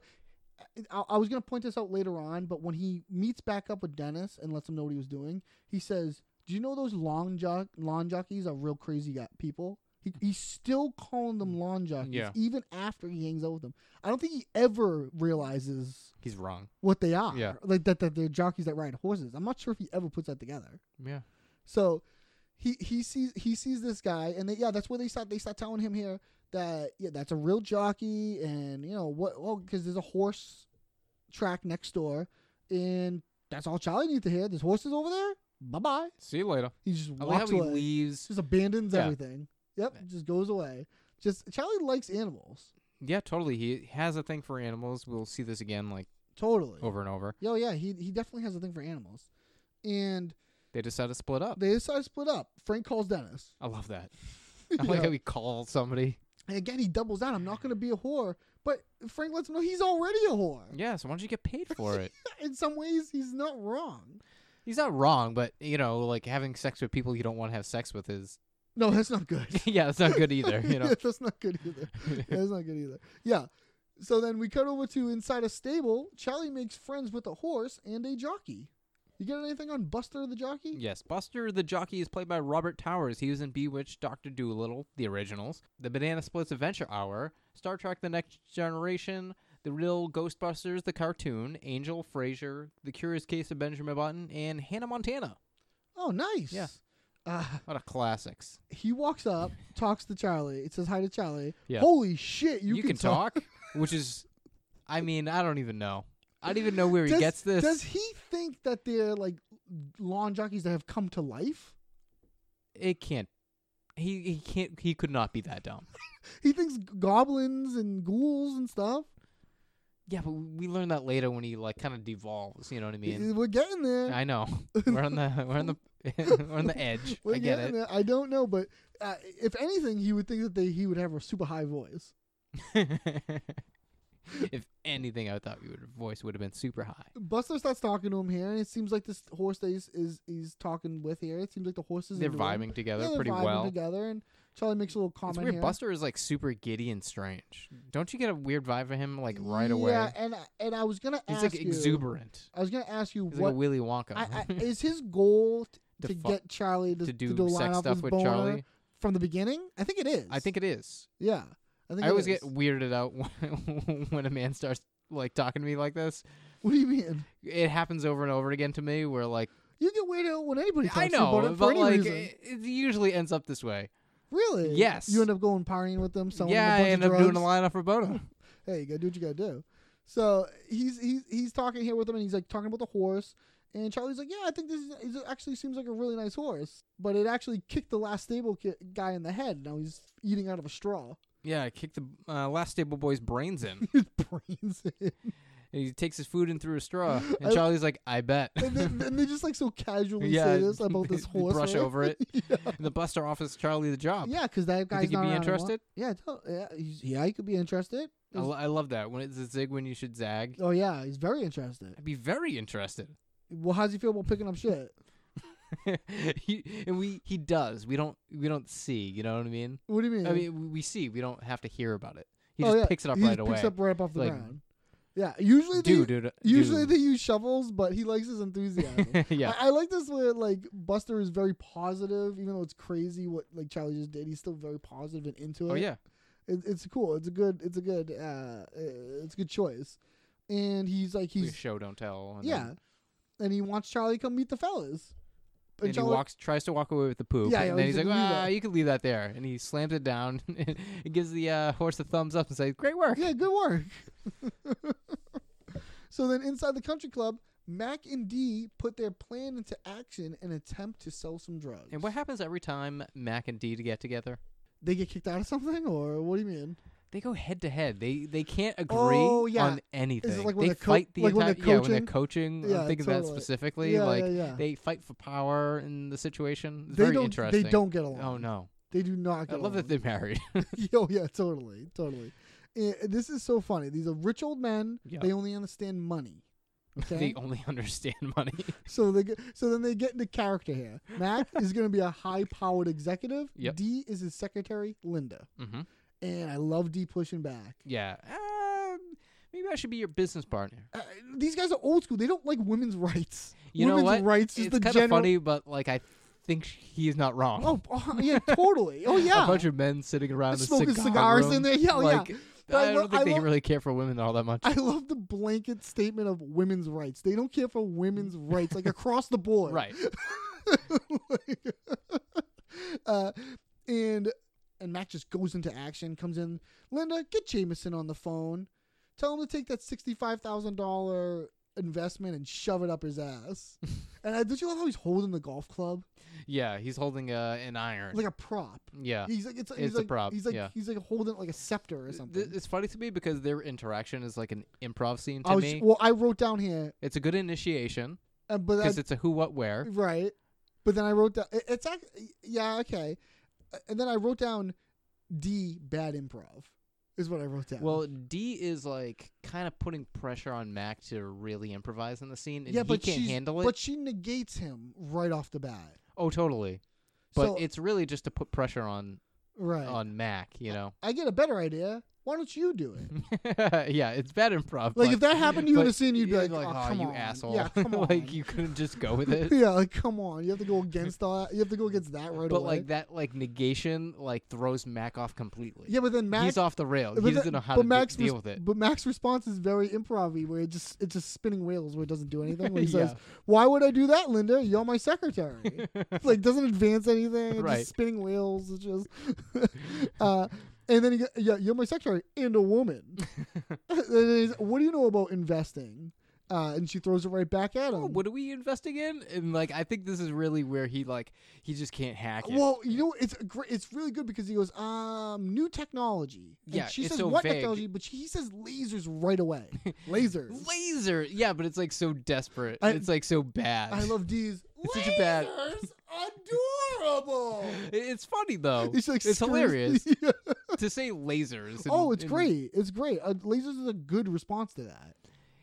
I, I was gonna point this out later on, but when he meets back up with Dennis and lets him know what he was doing, he says, "Do you know those lawn jock lawn jockeys are real crazy guy- people?" He, he's still calling them lawn jockeys Yeah. even after he hangs out with them. I don't think he ever realizes He's wrong. what they are. Yeah. Like that, that they're jockeys that ride horses. I'm not sure if he ever puts that together. Yeah. So he he sees he sees this guy and they yeah, that's where they start they start telling him here that yeah, that's a real jockey and you know what well, because there's a horse track next door and that's all Charlie needs to hear. There's horses over there. Bye bye. See you later. He just I like how walks he away. leaves. Just abandons Yeah. everything. Yep, just goes away. Just Charlie likes animals. Yeah, totally. He has a thing for animals. We'll see this again, like Totally. over and over. Yo, yeah, he he definitely has a thing for animals. And They decide to split up. They decide to split up. Frank calls Dennis. I love that. I like Yeah. how he calls somebody. And again, he doubles down. I'm not going to be a whore. But Frank lets him know he's already a whore. Yeah, so why don't you get paid for it? In some ways, he's not wrong. He's not wrong, but you know, like having sex with people you don't want to have sex with is No, that's not good. yeah, it's not good either. You know, Yeah, that's not good either. that's not good either. Yeah. So then we cut over to inside a stable. Charlie makes friends with a horse and a jockey. You get anything on Buster the jockey? Yes, Buster the Jockey is played by Robert Towers. He was in Bewitched, Doctor Doolittle, the originals, The Banana Splits Adventure Hour, Star Trek The Next Generation, The Real Ghostbusters, the cartoon, Angel, Frasier, The Curious Case of Benjamin Button, and Hannah Montana. Oh, nice. Yeah. Uh, What a classics. he walks up, talks to Charlie. It says hi to Charlie. Yeah. Holy shit, you, can, talk, which is, I mean, I don't even know. I don't even know where he does, gets this. Does he think that they're like lawn jockeys that have come to life? It can't. He, he can't. He could not be that dumb. He thinks goblins and ghouls and stuff. Yeah, but we learn that later when he like kind of devolves. You know what I mean? We're getting there. I know. We're on the we're on the we're on the edge. We're I get getting it. there. I don't know, but uh, if anything, he would think that they he would have a super high voice. if anything, I thought your voice would have been super high. Buster starts talking to him here, and it seems like this horse that he's is he's talking with here. It seems like the horses They're into him. vibing together Yeah, they're pretty vibing well. together, and Charlie makes a little comment It's weird. here. Buster is like super giddy and strange. Don't you get a weird vibe from him like right yeah, away? and I- and I was gonna He's ask like you- exuberant. I was gonna ask you He's what like a Willy Wonka. I, I, is his goal t- To to fu- get Charlie to, to do line sex off stuff his with boner Charlie? from the beginning? I think it is. I think it is. yeah. I think I it always is. get weirded out when, when a man starts like talking to me like this. What do you mean? It happens over and over again to me. Where like You get weirded out when anybody talks I to you about know, it for but any like reason. it, it usually ends up this way. really? yes. You end up going partying with them. Selling yeah, them a I bunch end of up doing a drugs. line off for Bono. Hey, you gotta do what you gotta do. So he's he's he's talking here with him, and he's like talking about the horse. And Charlie's like, "Yeah, I think this is, is it actually seems like a really nice horse, but it actually kicked the last stable ki- guy in the head. Now he's eating out of a straw. Yeah, I kicked the uh, last stable boy's brains in. His brains in. And he takes his food in through a straw, and I- Charlie's like, "I bet." and then, then they just like so casually yeah, say this about this they horse. brush right? over it. The Buster offers Charlie the job. yeah, because that guy's think he'd not be around anymore. interested? Yeah, tell, yeah, he's, yeah, he could be interested. I, lo- I love that. When it's a zig, when you should zag. Oh yeah, he's very interested. I'd be very interested. Well, how's he feel about picking up shit? he, and we he does. We don't we don't see. You know what I mean? What do you mean? I mean, we- we see. We don't have to hear about it. He Oh, just yeah, picks it up he right just away. Picks up right up off the Like, ground. Yeah, usually dude, they, dude, usually dude. they use shovels, but he likes his enthusiasm. Yeah. I, I like this where like Buster is very positive, even though it's crazy what like Charlie just did. He's still very positive and into it. Oh yeah, it, it's cool. It's a good. It's a good. Uh, uh, it's a good choice. And he's like we he's show don't tell. And yeah, then, and he wants Charlie to come meet the fellas. and he walks tries to walk away with the poop. Yeah, yeah, and then he's he's like, like, "Leave ah, that." you can leave that there. And he slams it down and gives the uh, horse a thumbs up and says, great work. Yeah, good work. so then inside the country club, Mac and Dee put their plan into action and attempt to sell some drugs. And what happens every time Mac and Dee to get together? They get kicked out of something, or what do you mean? They go head to head. They they can't agree Oh, yeah. on Is it anything. like when they they're co- fight the like when entire they're yeah when they're coaching? coaching. Yeah, I'm thinking of that totally. specifically. Yeah, like yeah, yeah. they fight for power in the situation. It's They very don't- they interesting. don't get along. Oh no, They do not I get. love that along. they're married. oh yeah, totally, totally. Eh, this is so funny. These are rich old men. Yeah. They only understand money. Okay. they only understand money. so they get, so then they get into character here. Mac is going to be a high-powered executive. Yep. D is his secretary, Linda. hmm And I love D pushing back. Yeah. Um, maybe I should be your business partner. uh, these guys are old school. They don't like women's rights. You women's know what? rights is it's the kind general. of funny, but like I think sh- he's not wrong. Oh, oh, yeah, totally. Oh yeah. A bunch of men sitting around the Smoking cigar cigars in room. there. Yeah, oh, yeah. like, But I I, lo- don't think I they lo- really care for women all that much. I love the blanket statement of women's rights. They don't care for women's rights, like across the board. right. Like, uh, and and Mac just goes into action, comes in. Linda, get Jameson on the phone. Tell him to take that sixty-five thousand dollar investment and shove it up his ass. and I, did you love how he's holding the golf club? Yeah, he's holding uh, an iron. like a prop. yeah. He's like it's, he's It's a like, prop, He's like yeah. he's like holding like a scepter or something. Th- it's funny to me because their interaction is like an improv scene to I was me. Oh, well, I wrote down here, it's a good initiation uh, but because I, it's a who, what, where. right. But then I wrote down it, it's ac- yeah okay, Uh, and then I wrote down D bad improv is what I wrote down. Well, D is like kind of putting pressure on Mac to really improvise in the scene, and yeah, he but can't she's- handle it. But she negates him right off the bat. oh, totally. But So- it's really just to put pressure on Right. on Mac, you know. I get a better idea. Why don't you do it? yeah, it's bad improv. Like, but- if that happened to you in but a scene, you'd be you're like, "Oh, come you on. asshole!" Yeah, come on. like you couldn't just go with it. yeah, like come on, you have to go against all that. You have to go against that right But away. like that, like negation, like throws Mac off completely. Yeah, but then Mac he's off the rail. But He the- doesn't know how but to de- Mac's deal res- with it. But Mac's response is very improv where it just it's just spinning wheels where it doesn't do anything. Where he Yeah. says, "Why would I do that, Linda? You're my secretary." like doesn't advance anything. It's Right. just spinning wheels. It's just. uh, and then he goes, "Yeah, you're my secretary and a woman." and then he's, what do you know about investing? Uh, and she throws it right back at him. "Oh, what are we investing in? And like, I think this is really where he like he just can't hack it. Well, you know, it's a great, it's really good because he goes, um, new technology. And Yeah, she it's says so what vague. technology, but she, he says lasers right away. lasers. laser, yeah, but it's like so desperate. I- it's like so bad. I love D's. It's such a bad- Lasers, adorable. It- It's funny though. He's like, it's screams- hilarious Yeah. to say lasers. Oh, and- it's and great. It's great. Uh, lasers is a good response to that.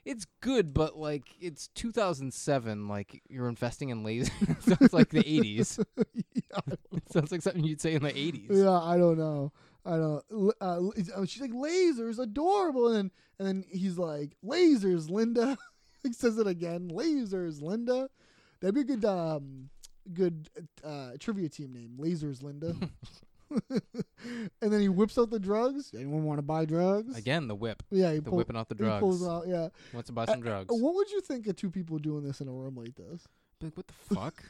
It's good, but like it's 2007. Like you're investing in lasers. sounds like the 80s. yeah, It sounds like something you'd say in the 80s. yeah, I don't know. I don't. l- Uh, l- it's- oh, she's like lasers, adorable, and and then he's like lasers, Linda. he says it again, lasers, Linda. That'd be a good um, good uh, trivia team name, lasers, Linda. and then he whips out the drugs. Anyone want to buy drugs? Again, the whip. Yeah, he The pull- whipping out the he pulls drugs. out. Yeah. Wants to buy some Uh, drugs. What would you think of two people doing this in a room like this? Like, what the fuck?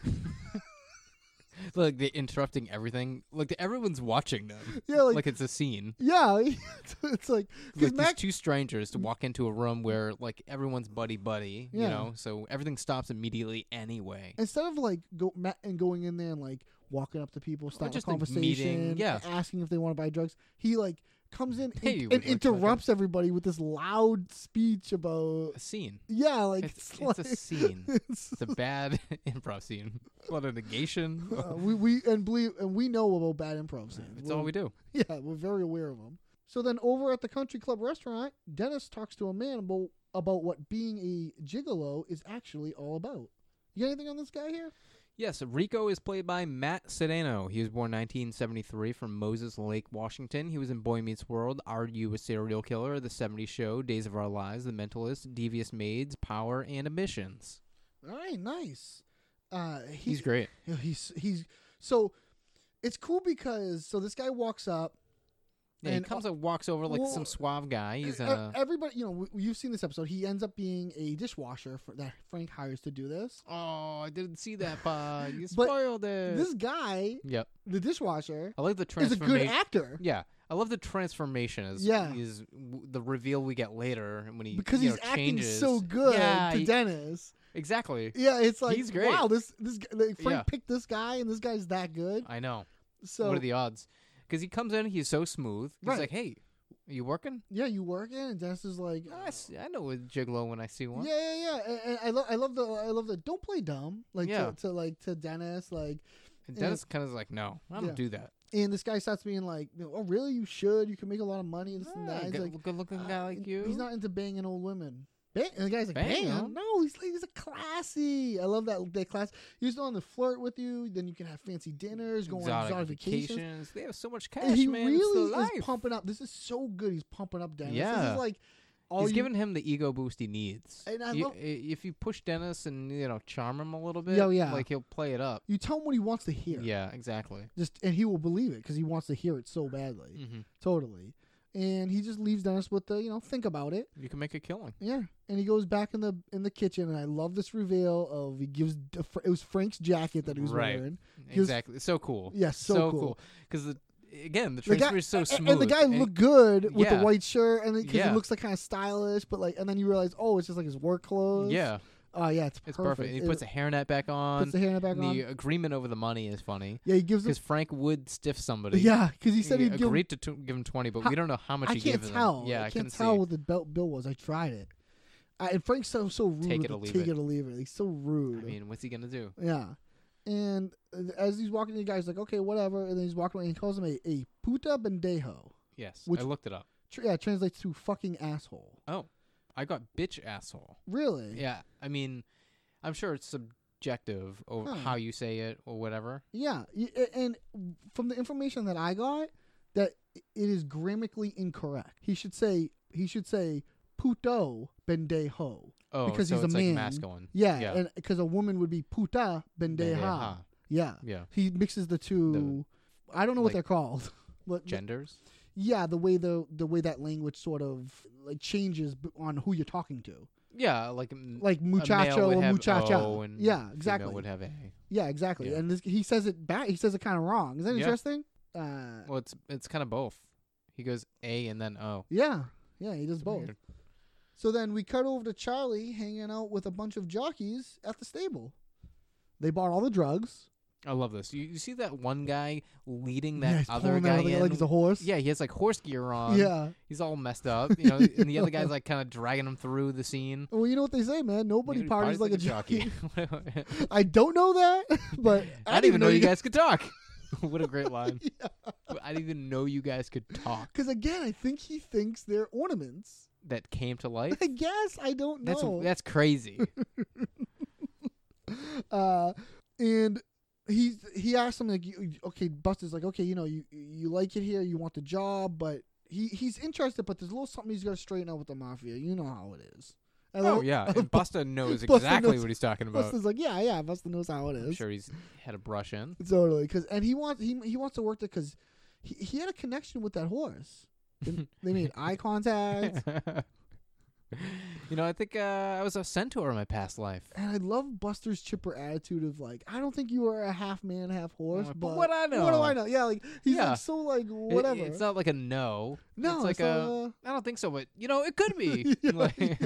like, they're interrupting everything. Like, everyone's watching them. Yeah, like, Like, it's a scene. yeah, it's, it's like because Like, Mac, these two strangers to walk into a room where, like, everyone's buddy-buddy, Yeah. you know? So everything stops immediately anyway. instead of like go Matt and going in there and like walking up to people, starting just, a like, conversation, meeting, yeah. asking if they want to buy drugs, he like comes in Hey, and, you and would like to buy interrupts everybody with this loud speech about A scene. yeah, like It's, like, it's a scene. it's- It's a bad improv scene. A lot of negation. uh, we we and believe and we know about bad improv scenes. It's all we do. Yeah, we're very aware of them. So then over at the country club restaurant, Dennis talks to a man about, about what being a gigolo is actually all about. You got anything on this guy here? Yes, Rico is played by Matt Sedano. He was born 1973 from Moses Lake, Washington. He was in Boy Meets World, Are You a Serial Killer, The 70s Show, Days of Our Lives, The Mentalist, Devious Maids, Power, and Emissions. All right, nice. Uh, he- He's great. Yeah, He's he's so it's cool because so this guy walks up. Yeah, he And comes and uh, walks over like well, some suave guy. He's E- uh, Everybody, you know, w- you've seen this episode. He ends up being a dishwasher for, that Frank hires to do this. oh, I didn't see that part. You But spoiled it. This guy, yep, the dishwasher, I like the is a transformation. good actor. Oh, Yeah, I love the transformation. Is Yeah. is w- the reveal we get later when he Because you he's know, acting changes. so good Yeah, to he- Dennis, exactly. yeah, it's like He's great. wow, this this g- like Frank Yeah. picked this guy, and this guy's that good. I know. So what are the odds? Because he comes in, he's so smooth. He's Right. like, "Hey, are you working?" yeah, you work in, and Dennis is like, Ah, I, s- I know a gigolo when I see one. Yeah, yeah, yeah. And, and I love, I love the, I love the. Don't play dumb, like Yeah. to, to like to Dennis, like. And Dennis kind of like, "No, I don't Yeah. do that." And this guy starts being like, "Oh, really? You should. You can make a lot of money and this and Ah, that." He's good, like, looking "Uh, guy like you. He's not into banging old women. Bang, and the guy's like, Bang "Bang? 'em? No, he's like, he's a classy. I love that that class. He's not to flirt with you. Then you can have fancy dinners, go on exotic exotic vacations. vacations. They have so much cash, And he man. it's really the is life. pumping up. This is so good. He's pumping up Dennis. This Yeah. is like all He's you, giving him the ego boost he needs. And I You- love- i- if you push Dennis and you know charm him a little bit, Yo, yeah. like he'll play it up. you tell him what he wants to hear. Yeah, exactly. just and he will believe it because he wants to hear it so badly, Mhm. totally. And he just leaves Dennis with the you know think about it, You can make a killing. yeah. And he goes back in the in the kitchen, and I love this reveal of he gives a fr- it was Frank's jacket that he was Right. wearing. Gives- Exactly. It's so cool. Yeah, so cool. Because again, the The transfer is so a- a- smooth. and the guy it- looked good with yeah. the white shirt, and because Yeah. he looks like kind of stylish, but like, and then you realize, oh, it's just like his work clothes. Yeah, Oh yeah, it's perfect. it's perfect. And he puts it, a hairnet back on. puts the hairnet back the on. agreement over the money is funny. yeah, he gives him. Because Frank would stiff somebody. Yeah, because he said he he'd give. agreed to t- give him twenty, but How- we don't know how much I he can't gave tell. them. Yeah, I can't couldn't tell see. what the belt bill was. I tried it, I, and Frank's so so rude. Take it with or the leave take it. it or leave it. He's so rude. I mean, what's he gonna do? yeah, and uh, as he's walking, the guy's like, "Okay, whatever," and then he's walking away and he calls him a, a puta bendejo. Yes, Which- I looked it up. Tr- yeah, translates to fucking asshole. Oh, I got bitch asshole. Really? Yeah, I mean, I'm sure it's subjective of Huh. how you say it or whatever. Yeah. y- a- And from the information that I got, that it is grammatically incorrect. He should say he should say puto bendejo. Oh, because so he's it's a like man. masculine. Yeah, Yeah. and because a woman would be puta bendeja. Bendeja. Yeah. Yeah. He mixes the two. I don't know what like, they're called. But Genders. yeah, the way the the way that language sort of like changes b- on who you're talking to. Yeah, like m- Like a male muchacho would or have muchacha. O and Yeah, female exactly. Would have a. Yeah, exactly. Yeah. And this, he says it back. He says it kind of wrong. Is that Yeah. interesting? Uh, Well, it's it's kind of both. He goes a and then o. yeah, yeah. He does both. Weird. So then we cut over to Charlie hanging out with a bunch of jockeys at the stable. They bought all the drugs. I love this. You, you see that one guy leading Yeah, that he's other pulling that guy other guy in like he's a horse. Yeah, he has like horse gear on. Yeah. he's all messed up. You know, and the other guy's like kind of dragging him through the scene. Well, you know what they say, man. Nobody Nobody parties, like, a jockey. jockey. I don't know that, but I didn't even know you guys could talk. what a great line. I didn't even know you guys could talk. Because again, I think he thinks they're ornaments. That came to life. I guess I don't That's know. that's crazy. uh, and he he asked him like, you- you- okay, Buster's like, okay, you know, you you like it here, you want the job, but he he's interested, but there's a little something he's got to straighten out with the mafia. You know how it is. And oh then- yeah, and Busta knows Busta exactly knows- what he's talking about. Buster's like, yeah, yeah, Buster knows how it I'm is. sure he's had a brush in. Totally, because and he wants he he wants to work there because he, he had a connection with that horse. They, they made eye contact, you know, I think uh, I was a centaur in my past life. and I love Buster's chipper attitude of like, I don't think you are a half man, half horse. Like, but, Uh, "But what I What do know." I know? Yeah, like he's Yeah. like so like It- whatever. it's not like a no. No, it's like it's a. not a. a- I don't think so, but you know, it could be. Yeah, Like-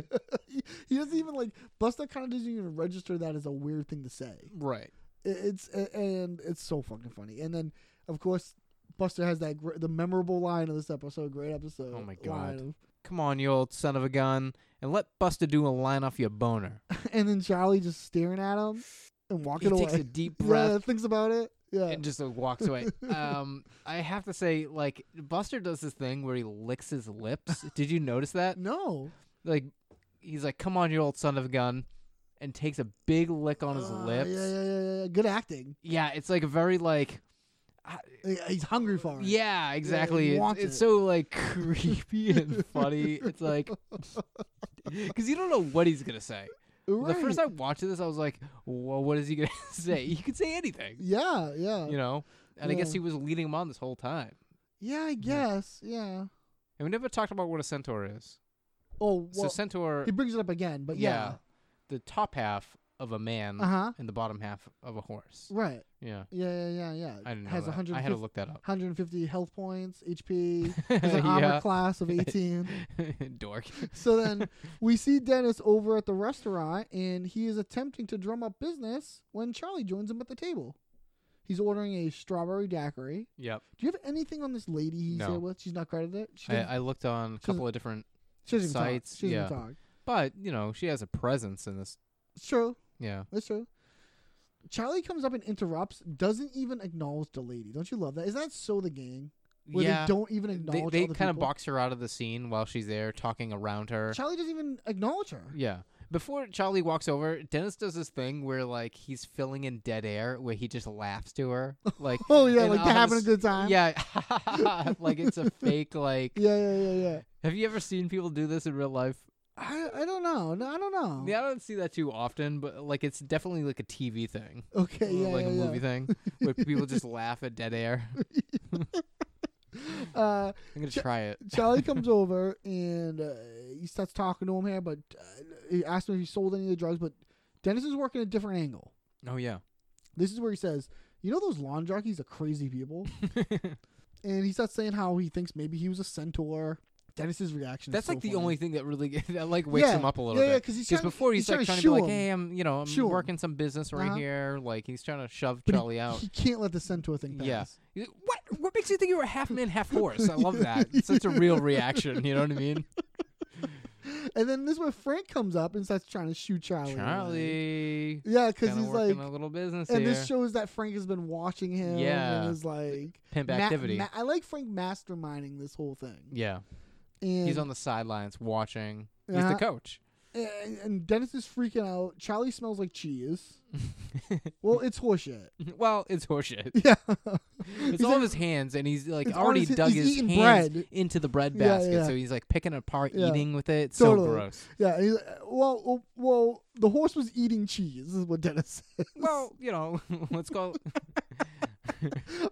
he, he doesn't even like Buster kind of doesn't even register that as a weird thing to say. right. It, it's a- and it's so fucking funny. And then of course Buster has that gr- the memorable line of this episode, great episode. Oh my line God. of- Come on, you old son of a gun, and let Busta do a line off your boner. and then Charlie just staring at him and walking He away. takes a deep Yeah, breath. thinks about it. Yeah. and just uh, walks away. um, I have to say, like Buster does this thing where he licks his lips. Did you notice that? no. Like, he's like, "Come on, you old son of a gun," and takes a big lick on his Uh, lips. Yeah, yeah, yeah, yeah. Good acting. Yeah, it's like a very like Yeah, He's hungry for it. yeah, exactly. it's wants it's it. so like creepy and funny. It's like because you don't know what he's gonna say. The first Right. time watching this, I was like, "Well, what is he gonna say?" He could say anything, Yeah, yeah. you know. And I guess Yeah. he was leading him on this whole time. Yeah, I guess. Yeah. And we never talked about what a centaur is. Oh, so well, centaur, he brings it up again, but yeah, yeah. the top half of a man Uh-huh. and the bottom half of a horse. Right. Yeah, Yeah, yeah, yeah, yeah. I didn't know Has that. I had to look that up. 150 health points, HP. There's an armor Yeah. class of 18. dork. so then we see Dennis over at the restaurant, and he is attempting to drum up business when Charlie joins him at the table. He's ordering a strawberry daiquiri. Yep, Do you have anything on this lady he's No. there with? She's not credited. I, She doesn't, I looked on a couple of different, she doesn't even sites, talk. She doesn't yeah. talk. but you know, she has a presence in this. It's true. Yeah, It's true. Charlie comes up and interrupts, doesn't even acknowledge the lady. Don't you love that? Isn't that so the gang? Where yeah. they don't even They, acknowledge they other kind of people? box her out of the scene while she's there talking around her. Charlie doesn't even acknowledge her. Yeah. Before Charlie walks over, Dennis does this thing where like he's filling in dead air where he just laughs to her. Like Oh, yeah, and like they're on having a s- good time. Yeah. like it's a fake like Yeah, yeah, yeah, yeah. Have you ever seen people do this in real life? I, I don't know. No, I don't know. Yeah, I don't see that too often, but like it's definitely like a TV thing. Okay, or, yeah, like yeah, a yeah. movie thing where people just laugh at dead air. Uh, I'm going to try it. Charlie comes over and uh, he starts talking to him here, but uh, he asks him if he sold any of the drugs. But Dennis is working a different angle. Oh yeah. This is where he says, "You know those lawn jockeys are crazy people," and he starts saying how he thinks maybe he was a centaur. Dennis's reaction. is That's so like the funny. only thing that really that like wakes Yeah, him up a little yeah, yeah, bit. 'cause he's trying- before he's he's, like trying trying to to be like, shoo him. hey, I'm you know I'm Shoo him. working some business right Uh-huh. here. Like he's trying to shove But he- Charlie out. He can't let the centaur thing pass. yeah. He's like, What what makes you think you were half man, half horse? I love that. It's such a real reaction. You know what I mean? And then this is where Frank comes up and starts trying to shoot Charlie. Charlie, Yeah, because kind he's of working like, a little business and here. this shows that Frank has been watching him. Yeah. and is like Pimp activity. I like Frank masterminding this whole thing. yeah, and, he's on the sidelines watching. He's Uh-huh. the coach. and, and Dennis is freaking out. Charlie smells like cheese. well, it's horseshit. Well, it's horseshit. Yeah, It's all of his hands, and he's like It's already honestly- dug he's his eating hands bread. into the bread Yeah, basket. yeah. So he's like picking it apart, Yeah. eating with it. It's totally. So gross. Yeah, he's, well, well, well, the horse was eating cheese. Is what Dennis says. Well, you know, let's go.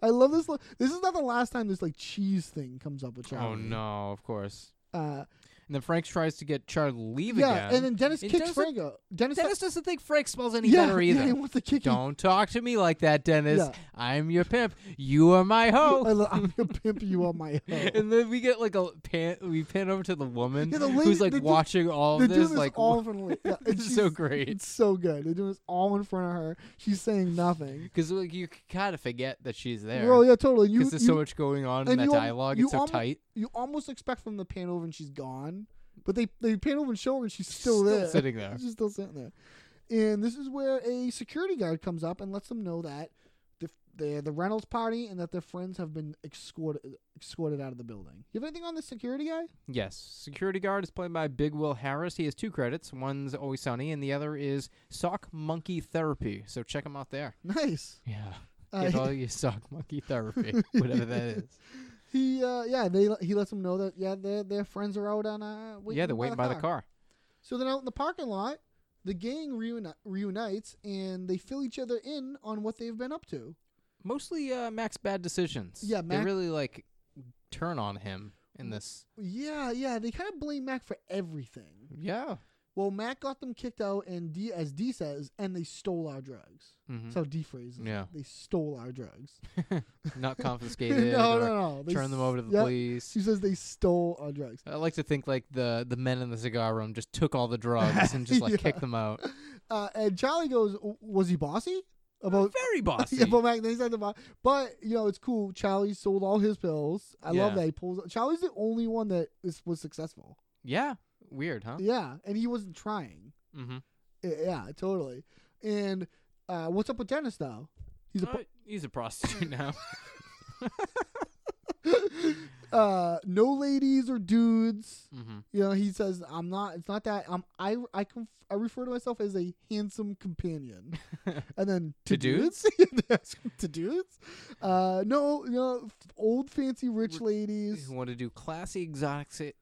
I love this. li- This is not the last time this like cheese thing comes up with Charlie. oh no, of course. Uh, And then Frank tries to get Char to leave yeah, again. and then Dennis kicks Dennis- Frank out. Dennis, Dennis doesn't think Frank smells any yeah, better either. yeah, he wants to kick him. Don't talk to me like that, Dennis. Yeah. I'm your pimp. You are my hoe. I love, I'm gonna pimp you on my hoe. and then we get like a pan. We pan over to the woman Yeah, the lady- who's like they do- watching all They're of this. doing this like, all in front of yeah, and It's so she's- great. It's so good. They're doing this all in front of her. She's saying nothing. because like you kind of forget that she's there. Well, yeah, totally. You, Because there's so you- much going on in and that you al- dialogue. you It's so almo- tight. You almost expect from the pan over and she's gone, but they they pan over and show her and she's still, still there, sitting there. she's still sitting there. And this is where a security guard comes up and lets them know that the the, the Reynolds party and that their friends have been escorted escorted out of the building. You have anything on the security guy? Yes. Security guard is played by Big Will Harris. He has two credits. One's Always Sunny, and the other is Sock Monkey Therapy. So check him out there. Nice. Yeah. Uh, Get all your sock monkey therapy, whatever that is. He uh yeah they he lets them know that yeah their their friends are out on uh waiting yeah, they're waiting by the car. So then out in the parking lot, the gang reuni- reunites and they fill each other in on what they've been up to. Mostly uh, Mac's bad decisions. Yeah, they Mac- really like turn on him in this. Yeah, yeah, they kind of blame Mac for everything. Yeah, Well, Mac got them kicked out, and D as D says, and they stole our drugs. That's how D phrases. it. Mm-hmm. Yeah. they stole our drugs. not confiscated. No, or no, no, they Turn them s- over to the yeah. police. She says they stole our drugs. I like to think like the the men in the cigar room just took all the drugs and just like Yeah. kicked them out. Uh, and Charlie goes, "W- "Was he bossy?" About Very bossy. Yeah, but Mac, they said the bo- But you know, it's cool. Charlie sold all his pills. I love Yeah. that he pulls. Charlie's the only one that is, was successful. yeah, weird, huh? Yeah, and he wasn't trying. Mm-hmm. Y- Yeah, totally. And uh, what's up with Dennis though? He's a Uh, he's a prostitute now. uh, no ladies or dudes. Mm-hmm. You know, he says, "I'm not. It's not that. I'm. I. I. Conf- I refer to myself as a handsome companion." and then to, To dudes? That's- to dudes. Uh, no, no, f- old fancy rich ladies. who want to do classy exotic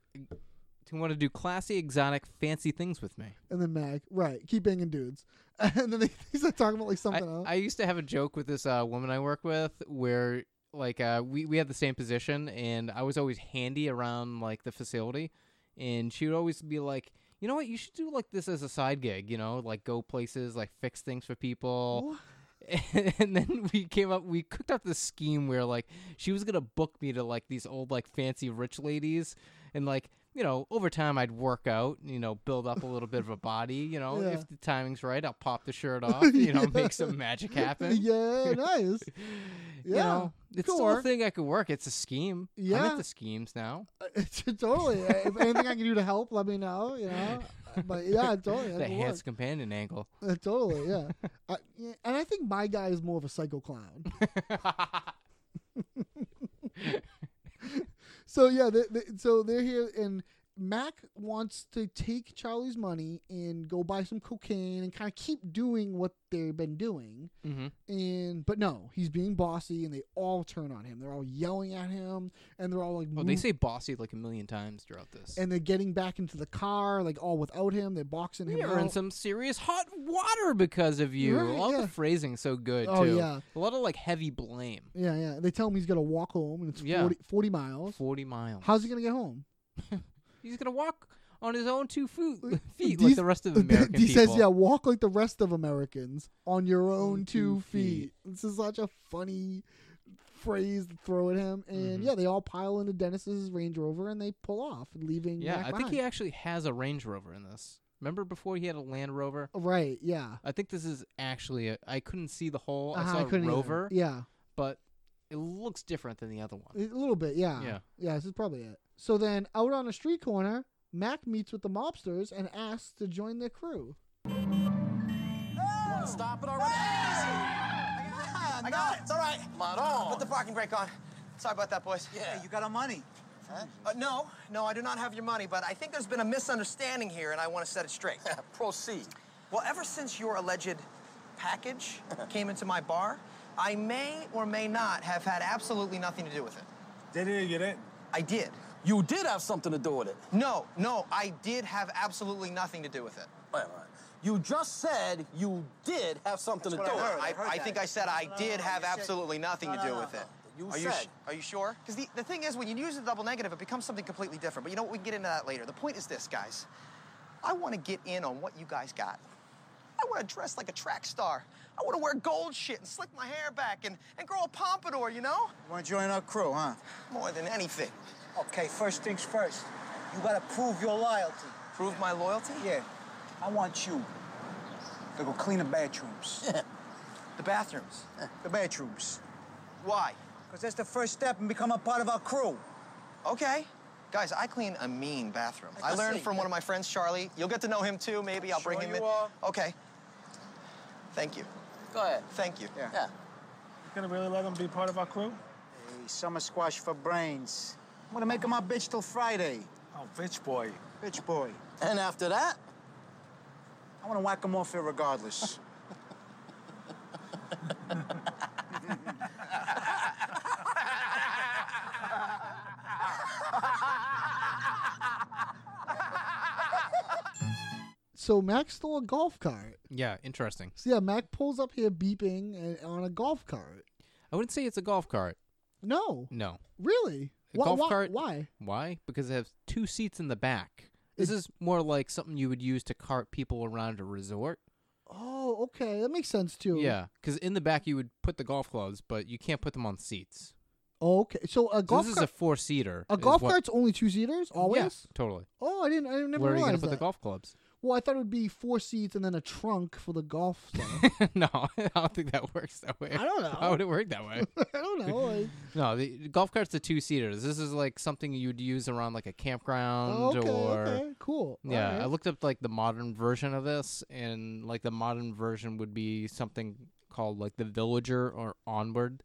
who want to do classy exotic fancy things with me. And then Mac, right? Keep banging dudes. And then they, they start talking about like I, something else. I used to have a joke with this uh, woman I work with where like uh, we we had the same position and I was always handy around like the facility and she would always be like you know what you should do like this as a side gig you know like go places like fix things for people and then we came up we cooked up this scheme where like she was gonna book me to like these old like fancy rich ladies and like you know over time i'd work out you know build up a little bit of a body you know Yeah. if the timing's right i'll pop the shirt off you know make some magic happen yeah, nice. you yeah, know it's still sure. a thing i could work it's a scheme i'm Yeah. at the schemes now totally. uh, If anything I can do to help, let me know. You know, Uh, but yeah, totally. the that could work. hands companion angle Uh, totally, yeah. I, yeah. And I think my guy is more of a psycho clown. so yeah, the, the, so they're here, and Mac wants to take Charlie's money and go buy some cocaine and kind of keep doing what they've been doing. hmm And but no, he's being bossy, and they all turn on him. They're all yelling at him, and they're all like, oh they move- say bossy like a million times throughout this and they're getting back into the car like all without him. They're boxing him. We are in out. some serious hot water because of you. Right, All yeah. the phrasing's so good Oh, too. yeah. A lot of like heavy blame. Yeah, yeah. They tell him he's got to walk home, and it's Yeah. 40, 40 miles. Forty miles. How's he gonna get home? He's gonna walk on his own two foo- feet like the rest of the Dee- American Dee people. says, "Yeah, walk like the rest of Americans on your own two, feet. feet. This is such a funny phrase to throw at him, and Mm-hmm. yeah, they all pile into Dennis's Range Rover and they pull off, leaving. Yeah, Mac I think behind. he actually has a Range Rover in this. Remember before he had a Land Rover? Right. Yeah. I think this is actually a, I couldn't see the whole. Uh-huh, I saw a couldn't either. Rover, Yeah. Mm. but it looks different than the other one. A little bit, yeah. Yeah. this is probably it. So then, out on a street corner, Mac meets with the mobsters and asks to join their crew. Stop it already. Ah, I got no, it. It's all right. Come on. Put the parking brake on. Sorry about that, boys. Hey, you got our money. Uh, no, no, I do not have your money, but I think there's been a misunderstanding here, and I want to set it straight. Proceed. well, ever since your alleged package came into my bar, I may or may not have had absolutely nothing to do with it. Did it or you didn't? I did. You did have something to do with it. No, no, I did have absolutely nothing to do with it. Wait, wait. You just said you did have something No, to do with it. I, I think I said I No, no, did no, have you said- absolutely nothing No, to no, do no, with no. it. You are you said- are you sure? Because the, the thing is, when you use the double negative, it becomes something completely different. But you know what? We can get into that later. The point is this, guys. I want to get in on what you guys got. I want to dress like a track star. I want to wear gold shit and slick my hair back and, and grow a pompadour, you know? Want to join our crew, huh? More than anything. Okay, first things first. You gotta prove your loyalty. Prove my loyalty? Yeah, I want you to go clean the bathrooms. The bathrooms. the bathrooms. Why? Because that's the first step in becoming part of our crew. Okay. Guys, I clean a mean bathroom. I, can learned see. from one of my friends, Charlie. You'll get to know him too. Maybe I'll Sure bring him you in. will. Okay. Thank you. Go ahead. Thank you. Yeah. Yeah. Gonna really let him be part of our crew? Hey, summer squash for brains. I'm gonna make him my bitch till Friday. Oh, bitch boy. Bitch boy. And after that, I wanna whack him off here regardless. So Mac stole a golf cart. Yeah, interesting. So yeah, Mac pulls up here beeping and, on a golf cart. I wouldn't say it's a golf cart. No, No. really. A Why- golf why- cart. Why? Why? Because it has two seats in the back. This is more like something you would use to cart people around a resort. Oh, okay, that makes sense too. Yeah, because in the back you would put the golf clubs, but you can't put them on seats. Oh, okay, so a So golf this is cart. a four seater. A golf cart's only two seaters, always. Yeah, totally. Oh, I didn't. I never Where are you realized gonna put that. the golf clubs? Well, I thought it would be four seats and then a trunk for the golf stuff. no, I don't think that works that way. I don't know. How would it work that way? I don't know. Like, no, the the golf cart's a two seater. This is like something you'd use around like a campground oh, okay, or. okay, cool. Yeah, I alright. looked up like the modern version of this, and like the modern version would be something called like The Villager or Onward,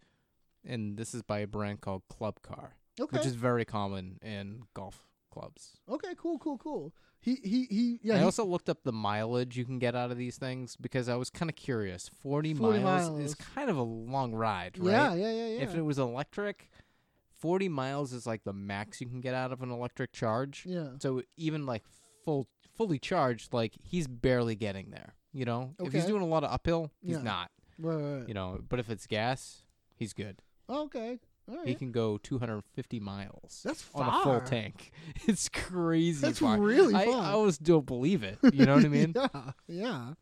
and this is by a brand called Club Car, Okay. which is very common in golf clubs. okay. Cool. Cool. Cool. He he he. Yeah. I he- also looked up the mileage you can get out of these things because I was kind of curious. 40, 40 miles, miles. is kind of a long ride, right? yeah, yeah. Yeah. Yeah. If it was electric, 40 miles is like the max you can get out of an electric charge. Yeah. So even like full fully charged, like he's barely getting there. You know, if he's Okay. doing a lot of uphill, he's Yeah. not. Right. right, You right. know, but if it's gas, he's good. Okay. All right. He can go 250 miles. That's on a full far. tank. It's crazy. That's far. really I, far. I almost don't believe it. You know what I mean? yeah. Yeah.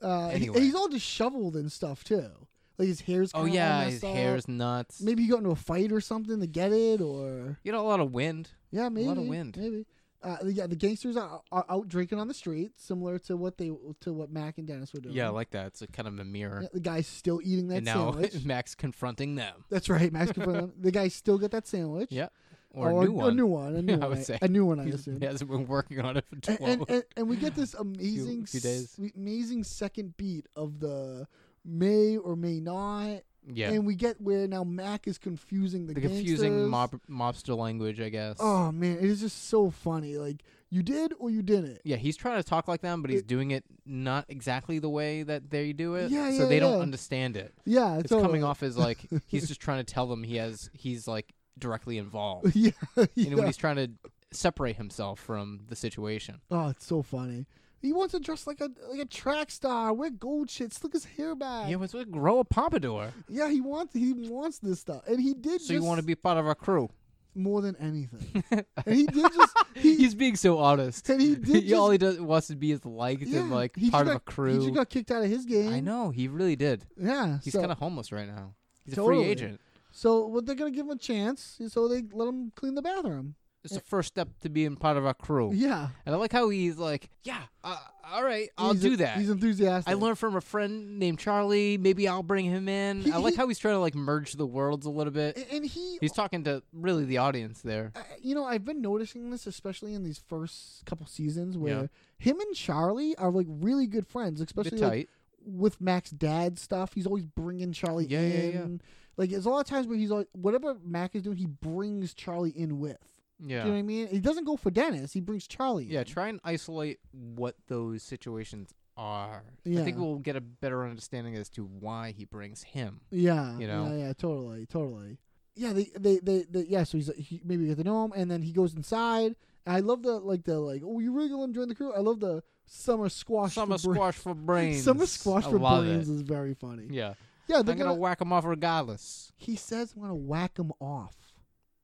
Uh, he- Anyway. he's all disheveled and stuff too. Like his hair's. Oh kinda all yeah, messed his up. hair's nuts. Maybe he got into a fight or something to get it, or You know, a lot of wind. yeah, maybe lot of wind. Maybe. Uh, yeah, the gangsters are, are out drinking on the street, similar to what they to what Mac and Dennis were doing. Yeah, I like that. It's a kind of a mirror. Mm-hmm. Yeah, the guy's still eating that and now sandwich. Max confronting them. That's right, Max confirmed. The guy still got that sandwich. Yeah, or Oh, a new one. A new one. A new I one. would I- say. A new one. I He's- assume. He hasn't been working on it for A- too long. and, and, and we get this amazing, few s- days. amazing second beat of the may or may not, yeah, and we get where now Mac is confusing the, the confusing gangsters. mob mobster language, I guess. Oh man, it is just so funny. Like you did or you didn't. Yeah, he's trying to talk like them, but he's It- doing it not exactly the way that they do it. Yeah, so yeah, they don't yeah. understand it. Yeah, It's coming totally. off as like he's just trying to tell them he has he's like directly involved. yeah, yeah. You know, when he's trying to separate himself from the situation. oh, it's so funny. He wants to dress like a like a track star, wear gold shit, slick his hair back. Yeah, what's with grow a pompadour? Yeah, he wants he wants this stuff, and he did. So you want to be part of our crew? more than anything, and he did just he, He's being so honest. and he did. Just, all he does wants to be is liked yeah, and like he part just of got, a crew. He just got kicked out of his game. I know he really did. Yeah, He's so, kind of homeless right now. He's a Totally. free agent. so well, they're gonna give him a chance, so they let him clean the bathroom. It's the first step to being part of our crew. Yeah, And I like how he's like, yeah, uh, all right, I'll He's- do that. He's enthusiastic. I learned from a friend named Charlie. Maybe I'll bring him in. He- I like he- how he's trying to like merge the worlds a little bit. A- and he. He's talking to really the audience there. I- you know, I've been noticing this, especially in these first couple seasons, Yeah. where him and Charlie are like really good friends, especially like, tight. with Mac's dad stuff. He's always bringing Charlie Yeah, yeah, in. yeah. Like there's a lot of times where he's like, whatever Mac is doing, he brings Charlie in with. Yeah. Do you know what I mean? He doesn't go for Dennis. He brings Charlie. Yeah, in. try and isolate what those situations are. I think Yeah. we'll get a better understanding as to why he brings him. Yeah, You know? yeah, yeah, totally, totally. Yeah, they, they, they, they yeah. So he's he, maybe you get to know him, and then he goes inside. And I love the like the like. Oh, you really gonna let him join the crew? I love the summer squash. Summer for bra- squash for brains. Summer squash I for love brains it. is very funny. Yeah. yeah. I'm They're going to gonna. whack him off regardless. he says, "I'm gonna whack him off,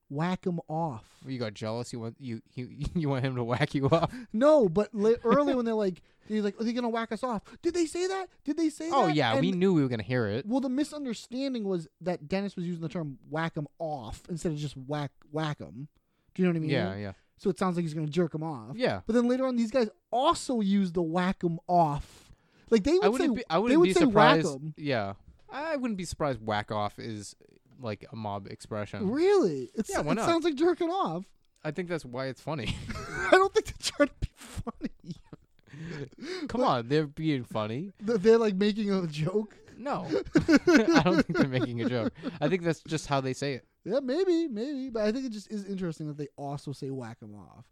whack him off." You got jealous? You want you you, you want him to whack you off? No, but li- early when they're like, he's like, "Are they gonna whack us off?" Did they say that? Did they say that? Oh yeah, we And- knew we were going to hear it. Well, the misunderstanding was that Dennis was using the term "whack him off" instead of just "whack whack him." Do you know what I mean? Yeah, yeah. So it sounds like he's gonna jerk him off. Yeah. But then later on, these guys also use the "whack him off." Like they would I wouldn't say, be, I they wouldn't would be say surprised. "whack him." Yeah. I wouldn't be surprised whack off is like a mob expression. Really? It's, Yeah, why it not? sounds like jerking off. I think that's why it's funny. I don't think they're trying to be funny. Come on, they're being funny. They're- They're like making a joke. No, I don't think they're making a joke. I think that's just how they say it. Yeah, maybe, maybe. But I think it just is interesting that they also say "whack him off."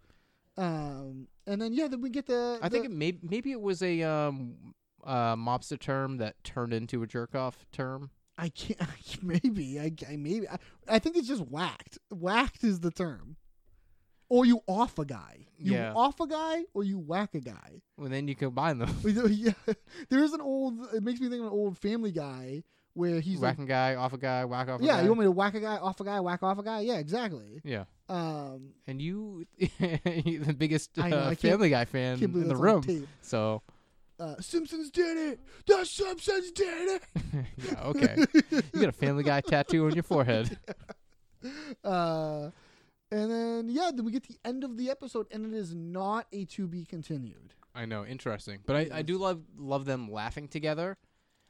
Um, and then yeah, then we get the. I think the- it may- maybe it was a um, uh, mobster term that turned into a jerk off term. I can't. Maybe I, I maybe I, I think it's just whacked. Whacked is the term. Or you off a guy. You Yeah. off a guy, or you whack a guy. Well, then you combine them. We do- yeah, there is an old. It makes me think of an old Family Guy where he's like, Whacking guy, off a guy, whack off. A yeah, guy. you want me to whack a guy, off a guy, whack off a guy? Yeah, exactly. yeah, Um, and you, you're the biggest I know, I uh, can't- Family Guy fan can't believe in the that's on room. tape. So uh, Simpsons did it. The Simpsons did it. yeah, okay, you got a Family Guy tattoo on your forehead. Uh, and then yeah, then we get the end of the episode, and it is not a to be continued. I know, interesting. But I, I do love love them laughing together,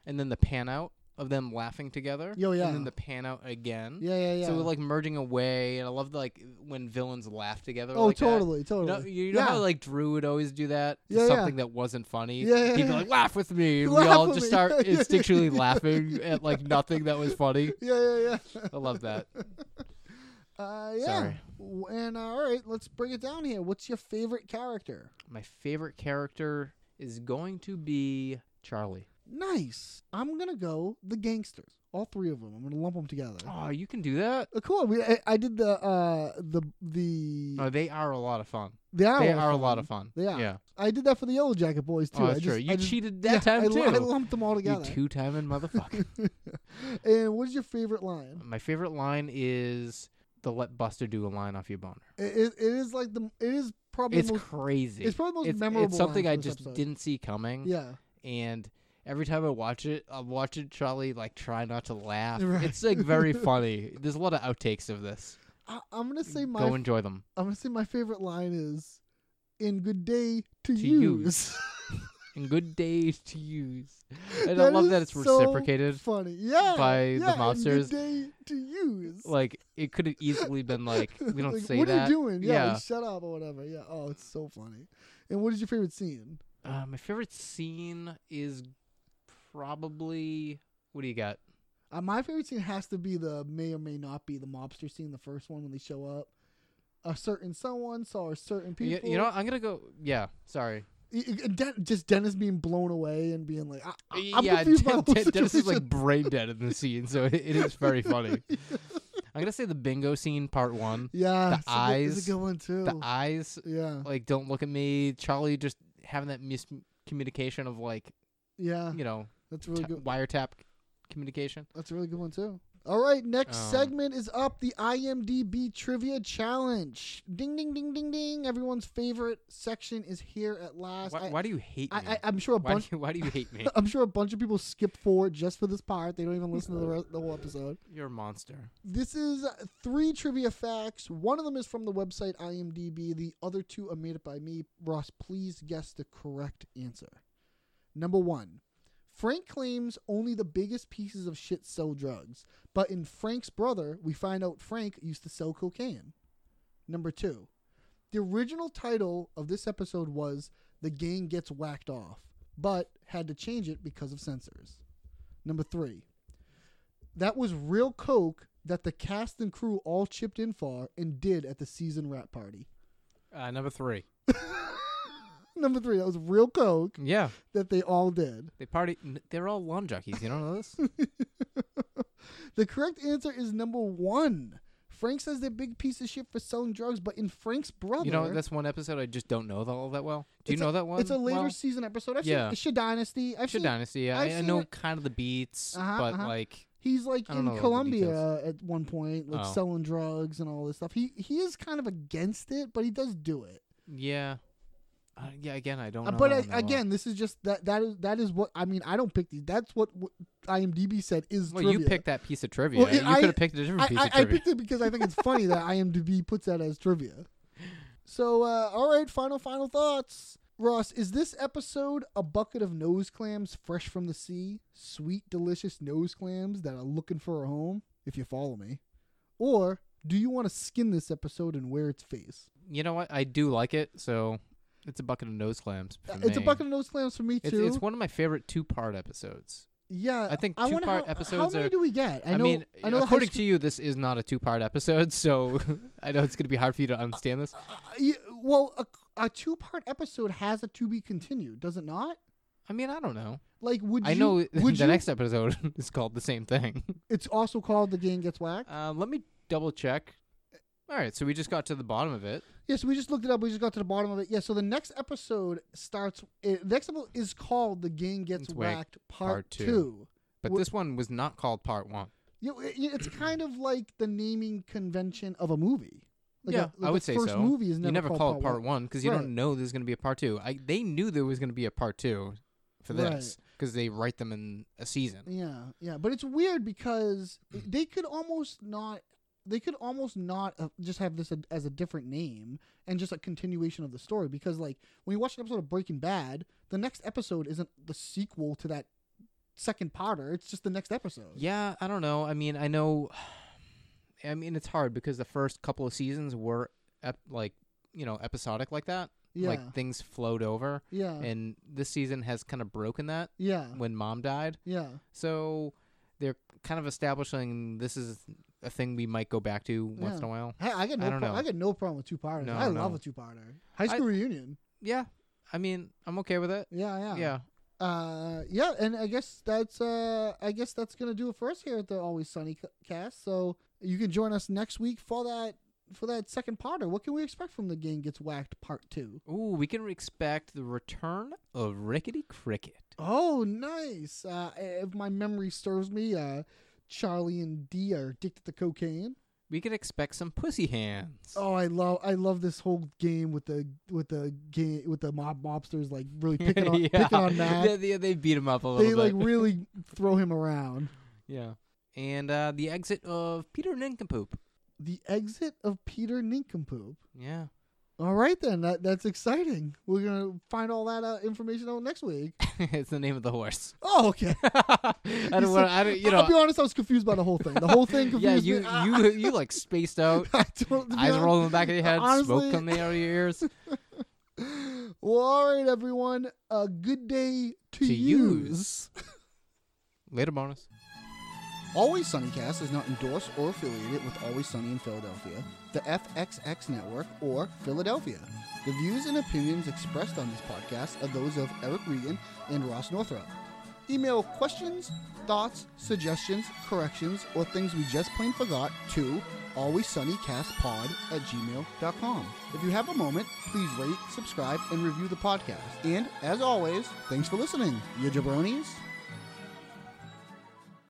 and then the pan out of them laughing together. Yo, yeah. And then the pan out again. Yeah, yeah, So yeah. we're like merging away, and I love like when villains laugh together. Oh, like that. totally, You know, totally. you know Yeah. how like Drew would always do that to Yeah, yeah. something that wasn't funny. Yeah, yeah, He'd be yeah. like, "Laugh with me," and we Laugh all with just me. start instinctually laughing at like nothing that was funny. Yeah, yeah, yeah. I love that. Uh, yeah. Sorry. W- And uh, all right, let's bring it down here. What's your favorite character? My favorite character is going to be Charlie. Nice. I'm gonna go the gangsters. All three of them. I'm gonna lump them together. Oh, you can do that. Uh, cool. We, I, I did the uh the the No, they are a lot of fun. they are, Uh, They all are a lot of fun. They are. Yeah. I did that for the Yellow Jacket boys too. Oh, I that's just- true. You I just- cheated yeah, that time I, too. lu- I lumped them all together. You two timing motherfucker. and what is your favorite line? My favorite line is the let Buster do a line off your boner. It, it, it is like the it is probably It's the most, crazy. it's probably the most memorable It's something line I for this just episode. didn't see coming. yeah. And every time I watch it, I'm watching Charlie like try not to laugh. Right. It's like very funny. There's a lot of outtakes of this. I, I'm gonna say my Go enjoy them. I'm gonna say my favorite line is, "In good day To to, use." And good days to use. And I That love is that it's so reciprocated. funny, yeah. by the yeah, "In mobsters. Good day to use. Like it could have easily been like we don't Like, say what that. are you doing? Yeah, like, shut up or whatever. Yeah. Oh, it's so funny. And what is your favorite scene? Uh, my favorite scene is probably what do you got? Uh, my favorite scene has to be the may or may not be the mobster scene, the first one when they show up. A certain someone saw a certain Y- people. You, know, I'm gonna go. Yeah, sorry. Y- y- Den- just Dennis being blown away and being like, I, I, am yeah, confused by the whole Den- Dennis is like situation. brain dead in the scene, so it, it is very funny. I'm gonna say the bingo scene, part one. the yeah, it's a good- it's eyes, a good one too. The eyes, yeah, like, don't look at me. Charlie just having that miscommunication of like, yeah, you know, that's a really ta- good. wiretap communication. That's a really good one too. All right, next Um, segment is up the IMDb trivia challenge. Ding, ding, ding, ding, ding! Everyone's favorite section is here at last. Why, I, why do you hate me? I, I, I'm sure a why, do bunch. you, why do you hate me? I'm sure a bunch of people skip forward just for this part. They don't even listen to the, rest, the whole episode. You're a monster. This is three trivia facts. One of them is from the website IMDb. The other two are made up by me. Ross, please guess the correct answer. Number one Frank claims only the biggest pieces of shit sell drugs, but in Frank's brother, we find out Frank used to sell cocaine. Number two The original title of this episode was The Gang Gets Whacked Off, but had to change it because of censors. Number three that was real coke that the cast and crew all chipped in for and did at the season wrap party. Uh, number three. Number three, that was real coke Yeah, that they all did. they party. n- They're all lawn jockeys. You don't know this? the correct answer is number one. Frank says they're big piece of shit for selling drugs, but in Frank's brother, You know, that's one episode I just don't know that all that well. Do you it's know a- that one? It's a later well? season episode. I've Yeah. seen Shit Dynasty. I've Shit seen, Dynasty. Yeah, I've I, I seen know it. kind of the beats, Uh-huh, but uh-huh. like He's like I don't know all in the Colombia details. at one point, like Oh. selling drugs and all this stuff. He he is kind of against it, but he does do it. yeah, uh, yeah. Again, I don't. Uh, know but that I, one that well. again, this is just that that is that is what I mean. I don't pick these. That's what, what IMDb said is. well, trivia. you picked that piece of trivia. Well, it- you I- could have picked a different I, piece I, of I trivia. picked it because I think it's funny that IMDb puts that as trivia. So, uh, all right, final final thoughts. Ross, is this episode a bucket of nose clams fresh from the sea? Sweet, delicious nose clams that are looking for a home. If you follow me, or do you want to skin this episode and wear its face? you know what? I do like it. So it's a bucket of nose clams. For Uh, It's a me. bucket of nose clams for me It's, too. it's one of my favorite two-part episodes. Yeah, I think wonder two-part how- episodes How many are- do we get? I, know, mean, I know. the high according sch- to you, this is not a two-part episode, so I know it's going to be hard for you to understand this. Uh, yeah, well, a, a two-part episode has a to be continued, does it not? I mean, I don't know. Like, would I you, know Would the you, next e-, episode is called the same thing. It's also called the game gets whacked. Um, let me double check. All right, so we just got to the bottom of it. Yes, we just looked it up. We just got to the bottom of it. Yeah, so the next episode starts. It, the next episode is called "The Game Gets It's Whacked, Whacked Part, Part Two. Two. But Wh- this one was not called part one. You know, it- it's kind of like the naming convention of a movie. Like yeah, a- like uh, I would the say first so. Movie is never you never called call it part one because you Right. don't know there's going to be a part two. I, they knew there was going to be a part two for Right. this because they write them in a season. Yeah, yeah, but it's weird because they could almost not. They could almost not uh, just have this a- as a different name and just a continuation of the story because, like, when you watch an episode of Breaking Bad, the next episode isn't the sequel to that second parter. It's just the next episode. Yeah, I don't know. I mean, I know. I mean, it's hard because the first couple of seasons were ep- like you know episodic like that. Yeah. Like things flowed over. Yeah. And this season has kind of broken that Yeah. when Mom died. Yeah. So they're kind of establishing this is a thing we might go back to once in Yeah. a while. Hey, I got no I don't pro- know. I got no problem with two parters. No, I love no. a two parter. High school reunion. Yeah. I mean, I'm okay with it. Yeah, yeah. Yeah. Uh yeah, and I guess that's uh I guess that's gonna do it for us here at the Always Sunny c- cast. So you can join us next week for that for that second parter. What can we expect from the game gets whacked part two? Ooh, we can expect the return of Rickety Cricket. Oh, nice. Uh, if my memory serves me, uh, Charlie and Dee are addicted to cocaine. We can expect some pussy hands. Oh, I love I love this whole game with the with the game with the mob mobsters like really picking on picking on Matt. They, they, they beat him up a little they like bit. really throw him around. yeah. And uh, the exit of Peter Nincompoop. The exit of Peter Nincompoop. Yeah. All right then, that that's exciting. We're gonna find all that uh, information out next week. it's the name of the horse. Oh, okay. I don't want I don't, you know. I'll be honest, I was confused by the whole thing. The whole thing confused yeah, me. you, Ah, you, you like spaced out. I don't- to be Eyes honest- rolling back of your head, honestly- smoke coming out of your ears. Well, all right, everyone. A good day to, To use. use. Later, bonus. Always Sunnycast is not endorsed or affiliated with Always Sunny in Philadelphia, the FXX Network, or Philadelphia. The views and opinions expressed on this podcast are those of Eric Regan and Ross Northrup. Email questions, thoughts, suggestions, corrections, or things we just plain forgot to alwayssunnycastpod at gmail.com. If you have a moment, please rate, subscribe, and review the podcast. And as always, thanks for listening, you jabronis.